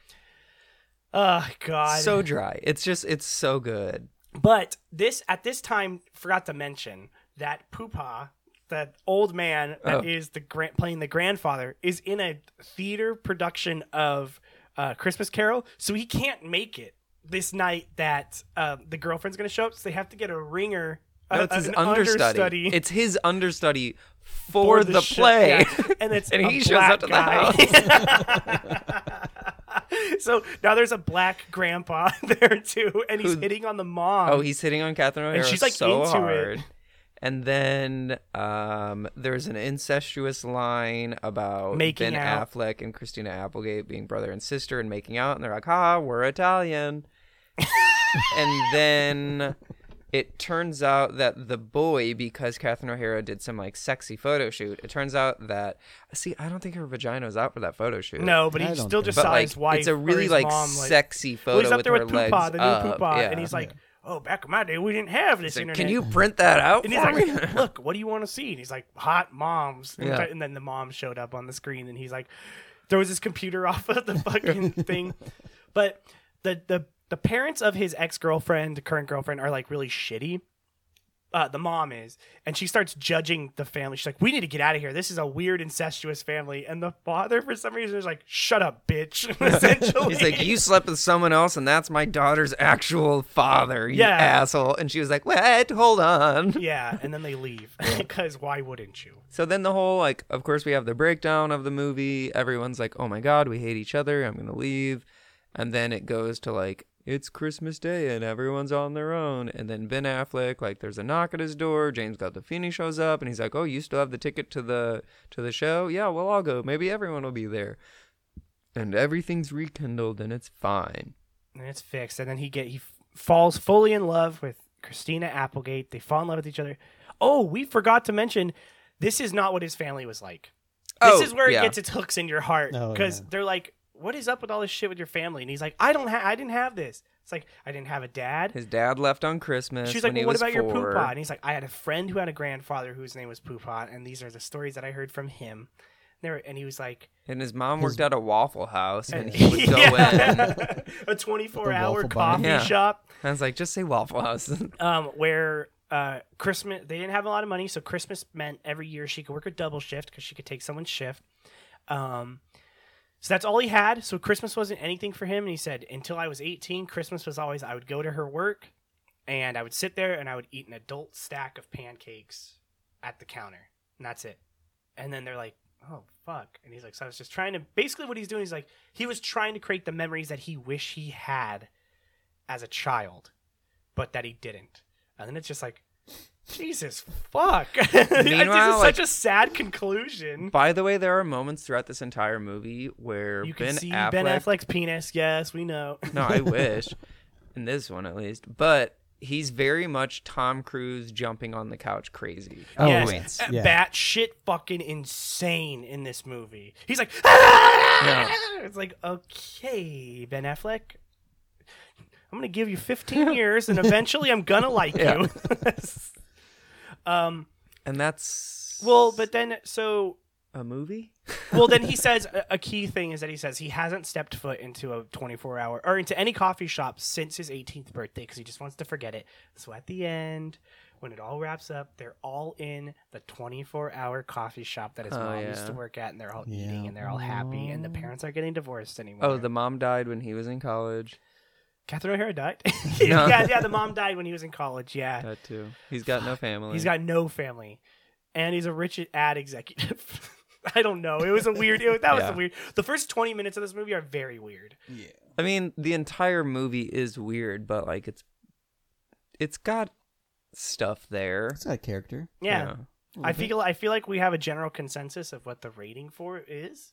Speaker 4: Oh God.
Speaker 3: so dry. It's just it's so good.
Speaker 4: But this at this time forgot to mention that Poopa, that old man that is
Speaker 3: Oh.
Speaker 4: the grand, playing the grandfather, is in a theater production of uh, Christmas Carol, so he can't make it this night that uh, the girlfriend's going to show up. So they have to get a ringer.
Speaker 3: No,
Speaker 4: uh,
Speaker 3: it's his
Speaker 4: an
Speaker 3: understudy. It's his understudy for, the,
Speaker 4: sh-
Speaker 3: play.
Speaker 4: yeah. and it's
Speaker 3: And
Speaker 4: a
Speaker 3: he shows
Speaker 4: black
Speaker 3: up to the
Speaker 4: guy. so now there's a black grandpa there too, and he's
Speaker 3: Who-
Speaker 4: hitting on the mom.
Speaker 3: Oh, he's hitting on Catherine O'Hara.
Speaker 4: And she's, like,
Speaker 3: so
Speaker 4: into it.
Speaker 3: hard. And then um, there's an incestuous line about
Speaker 4: Making
Speaker 3: Ben
Speaker 4: out.
Speaker 3: Affleck and Christina Applegate being brother and sister and making out, and they're like, "Ha, we're Italian." and then it turns out that the boy, because Catherine O'Hara did some like sexy photo shoot, it turns out that see, I don't think her vagina was out for that photo shoot.
Speaker 4: No, but
Speaker 5: I
Speaker 4: he
Speaker 5: don't
Speaker 4: still
Speaker 5: think
Speaker 4: just
Speaker 3: but
Speaker 4: saw
Speaker 3: like,
Speaker 4: his wife.
Speaker 3: it's a
Speaker 4: or
Speaker 3: really
Speaker 4: his
Speaker 3: like
Speaker 4: mom,
Speaker 3: sexy photo
Speaker 4: Well, he's up
Speaker 3: with
Speaker 4: there with
Speaker 3: her legs
Speaker 4: Poopa, the new
Speaker 3: up.
Speaker 4: Poopa,
Speaker 3: yeah.
Speaker 4: and he's like, "Oh, back in my day, we didn't have this internet."
Speaker 3: Can you print that out
Speaker 4: And
Speaker 3: for
Speaker 4: he's
Speaker 3: me?
Speaker 4: like, "Look, what do you want to see?" And he's like, "Hot moms." And,
Speaker 3: Yeah.
Speaker 4: and then the mom showed up on the screen, and he's like, throws his computer off of the fucking thing. But the the the parents of his ex girlfriend, current girlfriend, are like really shitty. Uh, the mom is, and she starts judging the family. She's like, "We need to get out of here. This is a weird incestuous family." And the father, for some reason, is like, "Shut up, bitch!" Essentially,
Speaker 3: He's like, you slept with someone else, and that's my daughter's actual father, you
Speaker 4: Yeah.
Speaker 3: asshole. And she was like, what? Hold on.
Speaker 4: Yeah, and then they leave because why wouldn't you?
Speaker 3: So then the whole, like, of course, we have the breakdown of the movie. Everyone's like, oh my God, we hate each other. I'm going to leave. And then it goes to, like, it's Christmas Day and everyone's on their own. And then Ben Affleck, like, there's a knock at his door. James Gandolfini shows up and he's like, oh, you still have the ticket to the to the show? Yeah, well, I'll go. Maybe everyone will be there. And everything's rekindled and it's fine.
Speaker 4: And it's fixed. And then he get he f- falls fully in love with Christina Applegate. They fall in love with each other. Oh, we forgot to mention this is not what his family was like. This
Speaker 3: Oh,
Speaker 4: is where
Speaker 3: yeah.
Speaker 4: it gets its hooks in your heart
Speaker 5: Oh,
Speaker 4: because
Speaker 5: yeah.
Speaker 4: they're like, "What is up with all this shit with your family?" And he's like, "I don't ha- I didn't have this." It's like I didn't have a dad.
Speaker 3: His dad left on Christmas.
Speaker 4: She's like,
Speaker 3: when he
Speaker 4: well, what
Speaker 3: was
Speaker 4: about your
Speaker 3: four.
Speaker 4: Poopot? And he's like, I had a friend who had a grandfather whose name was Poopot, and these are the stories that I heard from him. And, they were, and he was like,
Speaker 3: And his mom worked at a Waffle House, and
Speaker 4: and-
Speaker 3: he would go in. And
Speaker 4: Yeah. a 24 hour
Speaker 5: waffle
Speaker 4: coffee
Speaker 5: bun.
Speaker 3: Yeah.
Speaker 4: shop
Speaker 3: I was like, just say Waffle House.
Speaker 4: um, where uh, Christmas, they didn't have a lot of money. So Christmas meant every year she could work a double shift because she could take someone's shift. Um, so that's all he had. So Christmas wasn't anything for him. And he said, until I was 18, Christmas was always I would go to her work and I would sit there and I would eat an adult stack of pancakes at the counter. And that's it. And then they're like, oh, fuck. And he's like, so I was just trying to basically what he's doing is like, he was trying to create the memories that he wish he had as a child, but that he didn't. And then it's just like, Jesus fuck. this is
Speaker 3: Meanwhile,
Speaker 4: such
Speaker 3: like-
Speaker 4: a sad conclusion.
Speaker 3: By the way, there are moments throughout this entire movie where
Speaker 4: You can
Speaker 3: Ben,
Speaker 4: see
Speaker 3: Affleck,
Speaker 4: Ben Affleck's penis. Yes, we know.
Speaker 3: No, I wish. In this one, at least. But he's very much Tom Cruise jumping on the couch crazy.
Speaker 5: Oh,
Speaker 4: yes,
Speaker 3: Points.
Speaker 4: uh,
Speaker 5: yeah.
Speaker 4: bat shit fucking insane in this movie. He's like, it's like okay, Ben Affleck. I'm I'm gonna give you 15 years, and eventually I'm gonna like you. um.
Speaker 3: And that's
Speaker 4: Well, but then so
Speaker 3: a movie.
Speaker 4: well then he says a- a key thing is that he says he hasn't stepped foot into a 24 hour or into any coffee shop since his 18th birthday because he just wants to forget it so at the end when it all wraps up they're all in the 24 hour coffee shop that his
Speaker 3: Oh,
Speaker 4: mom used to
Speaker 3: yeah. Mm.
Speaker 4: work at and they're all
Speaker 5: Yeah.
Speaker 4: eating and they're all happy and the parents are getting divorced anyway
Speaker 3: Oh, the mom died when he was in college.
Speaker 4: catherine o'hara died
Speaker 3: No.
Speaker 4: yeah yeah the mom died when he was in college yeah
Speaker 3: That too. He's got no family.
Speaker 4: He's got no family, and he's a rich ad executive. I don't know. It was a weird. It, that was a
Speaker 3: Yeah.
Speaker 4: weird. The first twenty minutes of this movie are very weird.
Speaker 5: Yeah.
Speaker 3: I mean, the entire movie is weird, but like it's it's got stuff there.
Speaker 5: It's got character.
Speaker 4: Yeah,
Speaker 5: A
Speaker 4: I
Speaker 5: little bit.
Speaker 4: feel. I feel like we have a general consensus of what the rating for it is,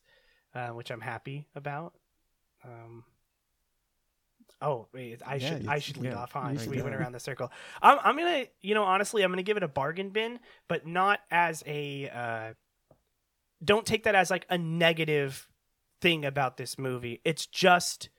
Speaker 4: uh, which I'm happy about. Um. Oh, wait, I
Speaker 5: Yeah,
Speaker 4: should.
Speaker 5: you-
Speaker 4: I should lead
Speaker 5: yeah,
Speaker 4: off. Huh?
Speaker 5: you
Speaker 4: So
Speaker 5: should
Speaker 4: we
Speaker 5: go.
Speaker 4: went around the circle. I'm. I'm gonna. You know, honestly, I'm gonna give it a bargain bin, but not as a. Uh, don't take that as like a negative thing about this movie. It's just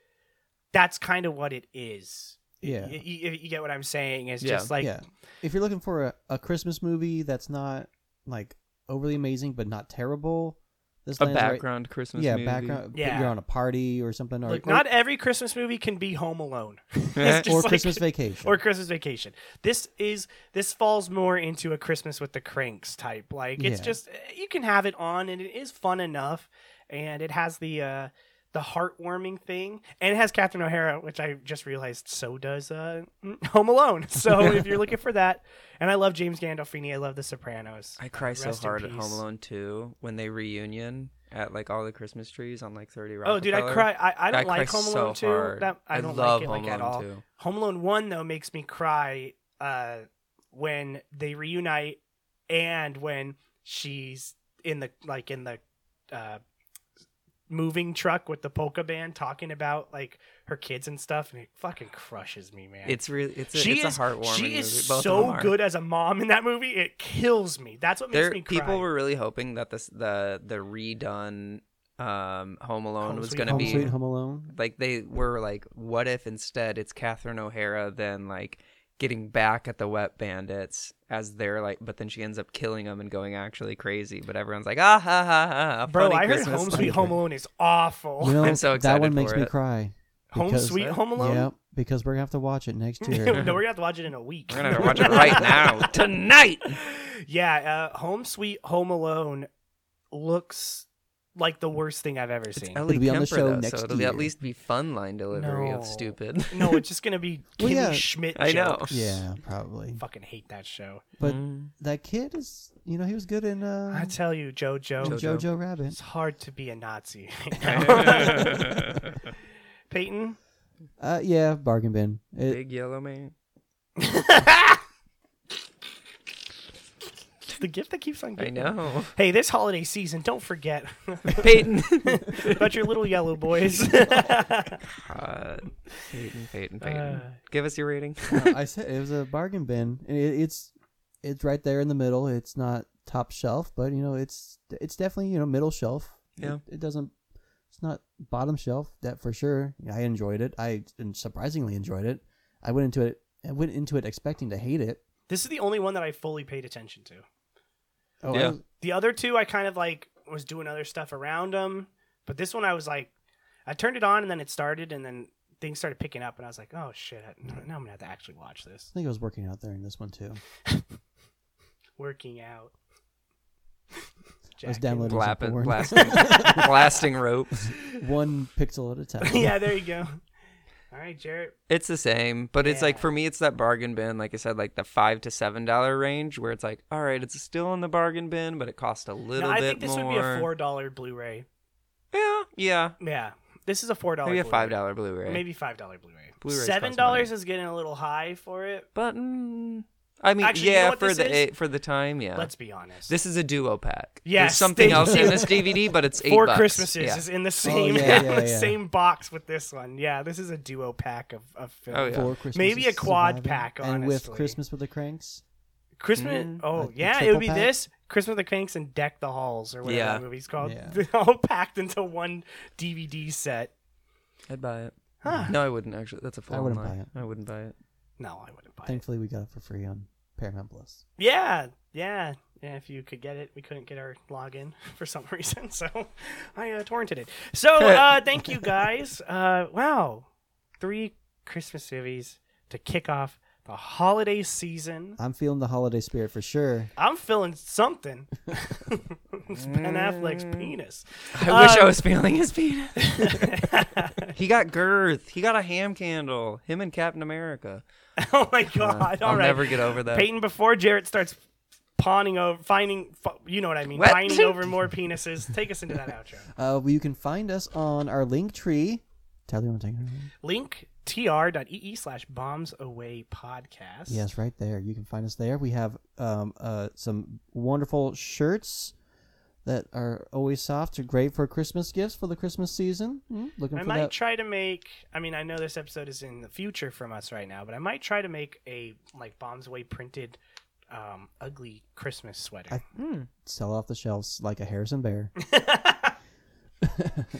Speaker 4: that's kind of what it is.
Speaker 5: Yeah.
Speaker 4: You, you, you get what I'm saying? It's
Speaker 3: Yeah.
Speaker 4: just like
Speaker 5: yeah. If you're looking for a, a Christmas movie that's not like overly amazing but not terrible, this
Speaker 3: A
Speaker 5: lands right-
Speaker 3: background Christmas
Speaker 5: yeah,
Speaker 3: movie.
Speaker 5: background.
Speaker 4: Yeah.
Speaker 5: You're on a party or something, or,
Speaker 4: Look,
Speaker 5: or,
Speaker 4: not every Christmas movie can be Home Alone
Speaker 3: It's
Speaker 4: just
Speaker 5: or
Speaker 4: like-
Speaker 5: Christmas Vacation.
Speaker 4: or Christmas Vacation. This is this falls more into a Christmas with the Cranks type. Like it's
Speaker 5: Yeah.
Speaker 4: just eh, you can have it on and it is fun enough, and it has the uh, the heartwarming thing, and it has Catherine O'Hara, which I just realized so does uh, Home Alone. So if you're looking for that, and I love James Gandolfini, I love The Sopranos.
Speaker 3: I cry so
Speaker 4: Rest in
Speaker 3: hard at
Speaker 4: peace.
Speaker 3: Home Alone 2 when they reunion at like all the Christmas trees on like 30 Rock.
Speaker 4: Oh, dude, I cry. I, I don't like Home
Speaker 3: so
Speaker 4: Alone two.
Speaker 3: hard.
Speaker 4: That I don't
Speaker 3: love
Speaker 4: like it
Speaker 3: Home
Speaker 4: like at
Speaker 3: Alone
Speaker 4: all.
Speaker 3: 2.
Speaker 4: Home Alone One though makes me cry uh, when they reunite and when she's in the like in the uh, moving truck with the polka band talking about like her kids and stuff, and it fucking crushes me, man.
Speaker 3: It's really it's a,
Speaker 4: she
Speaker 3: it's
Speaker 4: is
Speaker 3: a heartwarming
Speaker 4: she is
Speaker 3: movie. Both of them
Speaker 4: so
Speaker 3: are.
Speaker 4: good as a mom in that movie. It kills me. That's what makes
Speaker 3: There,
Speaker 4: me cry.
Speaker 3: people were really hoping that this the the redone um, Home Alone
Speaker 4: Home
Speaker 3: was
Speaker 4: Sweet
Speaker 3: going to
Speaker 5: Home
Speaker 3: be
Speaker 5: Sweet Home Alone.
Speaker 3: like they were like what if instead it's Catherine O'Hara then like getting back at the wet bandits as they're like but then she ends up killing them and going actually crazy but everyone's like ah ha ha ha, ha
Speaker 4: Bro,
Speaker 3: funny
Speaker 4: I heard
Speaker 3: Christmas
Speaker 4: Home
Speaker 3: song."
Speaker 4: Sweet Home Alone is awful.
Speaker 5: You know,
Speaker 3: I'm so
Speaker 5: that
Speaker 3: excited
Speaker 5: one makes
Speaker 3: for
Speaker 5: me
Speaker 3: it.
Speaker 5: cry.
Speaker 4: Home
Speaker 5: because-
Speaker 4: Sweet Home Alone.
Speaker 5: Yep, because we're gonna have to watch it next year.
Speaker 4: no, we're gonna have to watch it in a week.
Speaker 3: We're gonna have to watch it right now tonight.
Speaker 4: yeah, uh, Home Sweet Home Alone looks like the worst thing I've ever seen.
Speaker 3: Ellie
Speaker 5: It'll be on the
Speaker 3: Kemper,
Speaker 5: show
Speaker 3: though,
Speaker 5: next
Speaker 3: so it'll be
Speaker 5: year.
Speaker 3: at least be fun line delivery
Speaker 4: No.
Speaker 3: of stupid.
Speaker 4: no, it's just gonna be
Speaker 5: Well,
Speaker 4: Kimmy
Speaker 5: yeah.
Speaker 4: Schmidt.
Speaker 3: I know.
Speaker 4: jokes.
Speaker 5: yeah, probably.
Speaker 4: fucking hate that show.
Speaker 5: But
Speaker 3: Mm.
Speaker 5: that kid is, you know, he was good in uh,
Speaker 4: I tell you, JoJo,
Speaker 5: in
Speaker 3: JoJo.
Speaker 5: Jojo
Speaker 4: it's
Speaker 5: Rabbit.
Speaker 4: hard to be a Nazi. Right now. Peyton,
Speaker 5: Uh, yeah, bargain bin. It,
Speaker 3: big yellow man.
Speaker 4: it's the gift that keeps on
Speaker 3: I
Speaker 4: giving.
Speaker 3: know.
Speaker 4: Hey, this holiday season, don't forget
Speaker 3: Peyton.
Speaker 4: about your little yellow boys.
Speaker 3: God. Peyton, Peyton, Peyton.
Speaker 4: Uh.
Speaker 3: Give us your rating.
Speaker 5: uh, I said it was a bargain bin. It, it's it's right there in the middle. It's not top shelf, but you know, it's it's definitely you know middle shelf.
Speaker 3: Yeah.
Speaker 5: It, it doesn't. It's not bottom shelf. That for sure. I enjoyed it. I surprisingly enjoyed it. I went into it. I went into it expecting to hate it.
Speaker 4: this is the only one that I fully paid attention to.
Speaker 5: Oh, I
Speaker 3: Yeah.
Speaker 5: was-
Speaker 4: The other two, I kind of like was doing other stuff around them, but this one I was like, I turned it on and then it started and then things started picking up and I was like, oh shit, I- now I'm gonna have to actually watch this.
Speaker 5: I think it was working out there in this one too.
Speaker 4: Working out.
Speaker 5: I was
Speaker 4: Jack-
Speaker 5: downloading some
Speaker 3: Blapping,
Speaker 5: porn.
Speaker 3: blasting, blasting ropes.
Speaker 5: one pixel at a time.
Speaker 4: yeah, there you go. All right, Jarrett.
Speaker 3: It's the same, but it's like
Speaker 4: Yeah.
Speaker 3: for me, it's that bargain bin. Like I said, like the five to seven dollar range, where it's like, all right, it's still in the bargain bin, but it costs a
Speaker 4: No,
Speaker 3: little
Speaker 4: I
Speaker 3: bit
Speaker 4: think this
Speaker 3: more.
Speaker 4: would be a four dollar Blu-ray.
Speaker 3: Yeah, yeah,
Speaker 4: Yeah, this is a four dollar.
Speaker 3: maybe a five dollar Blu-ray.
Speaker 4: Maybe five dollar Blu-ray.
Speaker 3: Blu-rays cost
Speaker 4: Seven dollars is getting a little high for it.
Speaker 3: but mm, I mean,
Speaker 4: Actually, you know
Speaker 3: yeah,
Speaker 4: what
Speaker 3: for
Speaker 4: this
Speaker 3: the eh,
Speaker 4: is?
Speaker 3: for the time, yeah.
Speaker 4: Let's be honest.
Speaker 3: This is a duo pack.
Speaker 4: Yes,
Speaker 3: There's something
Speaker 4: they-
Speaker 3: else in this DVD, but it's eight
Speaker 4: four
Speaker 3: bucks.
Speaker 4: Christmases
Speaker 3: Yeah.
Speaker 4: is in the same
Speaker 5: Oh, yeah, yeah,
Speaker 4: the
Speaker 5: yeah.
Speaker 4: same box with this one. Yeah, this is a duo pack of, of films.
Speaker 3: Oh, yeah.
Speaker 5: Four Christmases
Speaker 4: Maybe a quad
Speaker 5: surviving,
Speaker 4: pack,
Speaker 5: and with
Speaker 4: honestly.
Speaker 5: Christmas with the Cranks.
Speaker 4: Christmas.
Speaker 3: Mm.
Speaker 4: oh
Speaker 5: A- a
Speaker 4: yeah, it
Speaker 5: Mm-hmm. triple
Speaker 4: would be
Speaker 5: pack?
Speaker 4: this Christmas with the Cranks and Deck the Halls or whatever
Speaker 3: Yeah.
Speaker 4: that movie's called.
Speaker 5: Yeah.
Speaker 4: They're all packed into one DVD set.
Speaker 3: I'd buy it.
Speaker 4: Huh.
Speaker 3: No, I wouldn't actually. That's a full
Speaker 5: wouldn't
Speaker 3: lie.
Speaker 5: buy it.
Speaker 3: I wouldn't buy it.
Speaker 4: No, I wouldn't buy it.
Speaker 5: Thankfully, we got it for free on Paramount Plus.
Speaker 4: Yeah, yeah, yeah. If you could get it, we couldn't get our login for some reason, so I uh, torrented it. So uh, thank you guys. Uh, wow, three Christmas movies to kick off the holiday season.
Speaker 5: I'm feeling the holiday spirit for sure.
Speaker 4: I'm feeling something. it's Ben Affleck's
Speaker 5: Mm.
Speaker 4: penis.
Speaker 3: I wish I
Speaker 4: Uh,
Speaker 3: was feeling his penis. he got girth. He got a ham candle. Him and Captain America.
Speaker 4: Oh my god! All
Speaker 3: I'll
Speaker 4: right.
Speaker 3: never get over that.
Speaker 4: Peyton before Jarrett starts pawning over, finding, fu- you know what I mean,
Speaker 3: What?
Speaker 4: finding over more penises. Take us into that outro.
Speaker 5: Uh, well, you can find us on our link tree. Tyler, you want to take it? away?
Speaker 4: Link tr.ee slash bombs away podcast.
Speaker 5: Yes, right there. You can find us there. We have um, uh, some wonderful shirts that are always soft. Are great for Christmas gifts for the Christmas season. Mm,
Speaker 4: Mm-hmm.
Speaker 5: looking
Speaker 4: I
Speaker 5: for
Speaker 4: might
Speaker 5: that.
Speaker 4: try to make. I mean, I know this episode is in the future from us right now, but I might try to make a like bombs away printed, um, ugly Christmas sweater.
Speaker 5: Sell off the shelves like a Harrison Bear,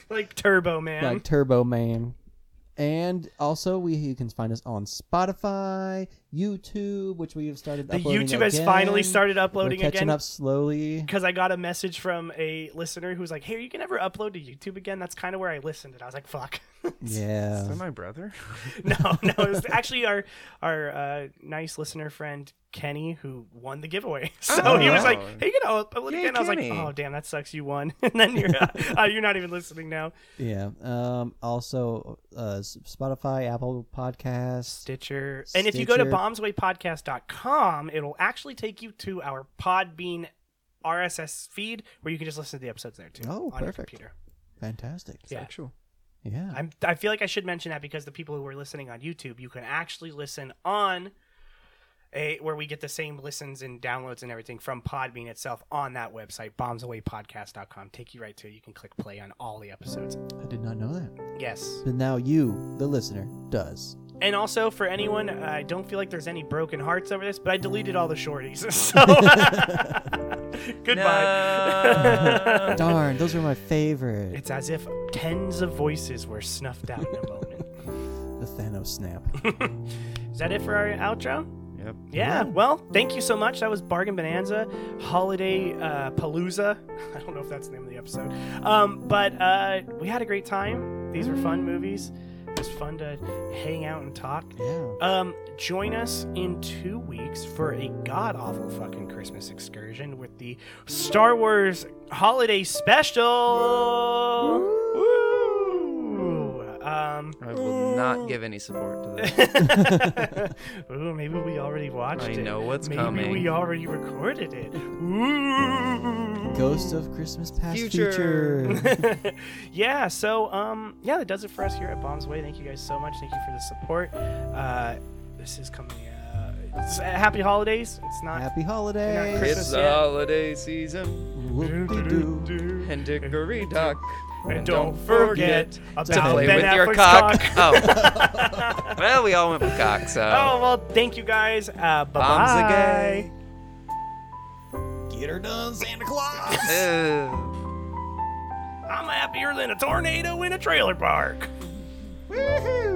Speaker 4: like Turbo Man.
Speaker 5: like Turbo Man. And also, we you can find us on Spotify, YouTube, which we have started.
Speaker 4: The
Speaker 5: uploading
Speaker 4: YouTube has finally
Speaker 5: again.
Speaker 4: started uploading
Speaker 5: We're
Speaker 4: again.
Speaker 5: catching up slowly.
Speaker 4: because I got a message from a listener who was like, "Hey, you can ever upload to YouTube again?" That's kind of where I listened, and I was like, "Fuck."
Speaker 5: Yeah.
Speaker 3: Is that my brother?
Speaker 4: no, no. It was actually our our uh, nice listener friend Kenny who won the giveaway. So
Speaker 3: Oh,
Speaker 4: he was
Speaker 3: wow.
Speaker 4: like, "Hey, you know, upload
Speaker 3: Yay,
Speaker 4: again." I was like,
Speaker 3: Kenny.
Speaker 4: "Oh, damn, that sucks. You won." and then you're uh, you're not even listening now.
Speaker 5: Yeah. Um, also, uh, Spotify, Apple Podcasts.
Speaker 4: Stitcher. And if you go to
Speaker 5: Stitcher.
Speaker 4: bombswaypodcast.com, it'll actually take you to our Podbean RSS feed where you can just listen to the episodes there too.
Speaker 5: Oh,
Speaker 4: on your
Speaker 5: perfect.
Speaker 4: computer.
Speaker 5: Fantastic.
Speaker 4: Yeah.
Speaker 3: Sexual.
Speaker 5: Yeah.
Speaker 4: I'm, I feel like I should mention that because the people who are listening on YouTube, you can actually listen on a where we get the same listens and downloads and everything from Podbean itself on that website, bombsawaypodcast.com. Take you right to it. You can click play on all the episodes.
Speaker 5: I did not know that.
Speaker 4: Yes.
Speaker 5: But now you, the listener, does.
Speaker 4: And also for anyone, I don't feel like there's any broken hearts over this, but I deleted all the shorties. So goodbye.
Speaker 3: No.
Speaker 5: Darn, those are my favorite.
Speaker 4: It's as if tens of voices were snuffed out in a moment.
Speaker 5: the Thanos snap.
Speaker 4: Is that it for our outro?
Speaker 3: Yep.
Speaker 4: Yeah, well, thank you so much. That was Bargain Bonanza, Holiday uh, Palooza. I don't know if that's the name of the episode. Um, but uh, we had a great time. These were fun movies. It was fun to hang out and talk.
Speaker 5: yeah.
Speaker 4: Um, join us in two weeks for a god awful fucking Christmas excursion with the Star Wars Holiday Special. Woo! Um,
Speaker 3: I will not give any support to that.
Speaker 4: Ooh, maybe we already watched
Speaker 3: I
Speaker 4: it.
Speaker 3: know what's
Speaker 4: maybe
Speaker 3: coming.
Speaker 4: we already recorded it. Ooh.
Speaker 5: Ghost of Christmas Past
Speaker 3: Future.
Speaker 5: Future.
Speaker 4: yeah, so um yeah, that does it for us here at Bombs Way. Thank you guys so much. Thank you for the support. Uh this is coming uh it's- uh, happy holidays. It's not
Speaker 5: Happy holidays.
Speaker 4: Christmas
Speaker 3: It's
Speaker 4: yet.
Speaker 3: holiday season
Speaker 5: Whoop-de-doo.
Speaker 3: and dickory dock.
Speaker 4: and
Speaker 3: And
Speaker 4: don't
Speaker 3: don't
Speaker 4: forget
Speaker 3: forget
Speaker 4: about
Speaker 3: To play
Speaker 4: Ben
Speaker 3: with your
Speaker 4: Affleck's
Speaker 3: cock.
Speaker 4: cock.
Speaker 3: oh. well, we all went with cock, so.
Speaker 4: Oh well, thank you guys. Uh bye
Speaker 3: Bombs a
Speaker 4: bye.
Speaker 3: gay.
Speaker 5: Get her done, Santa Claus.
Speaker 3: Ugh.
Speaker 4: I'm happier than a tornado in a trailer park.
Speaker 5: Woohoo.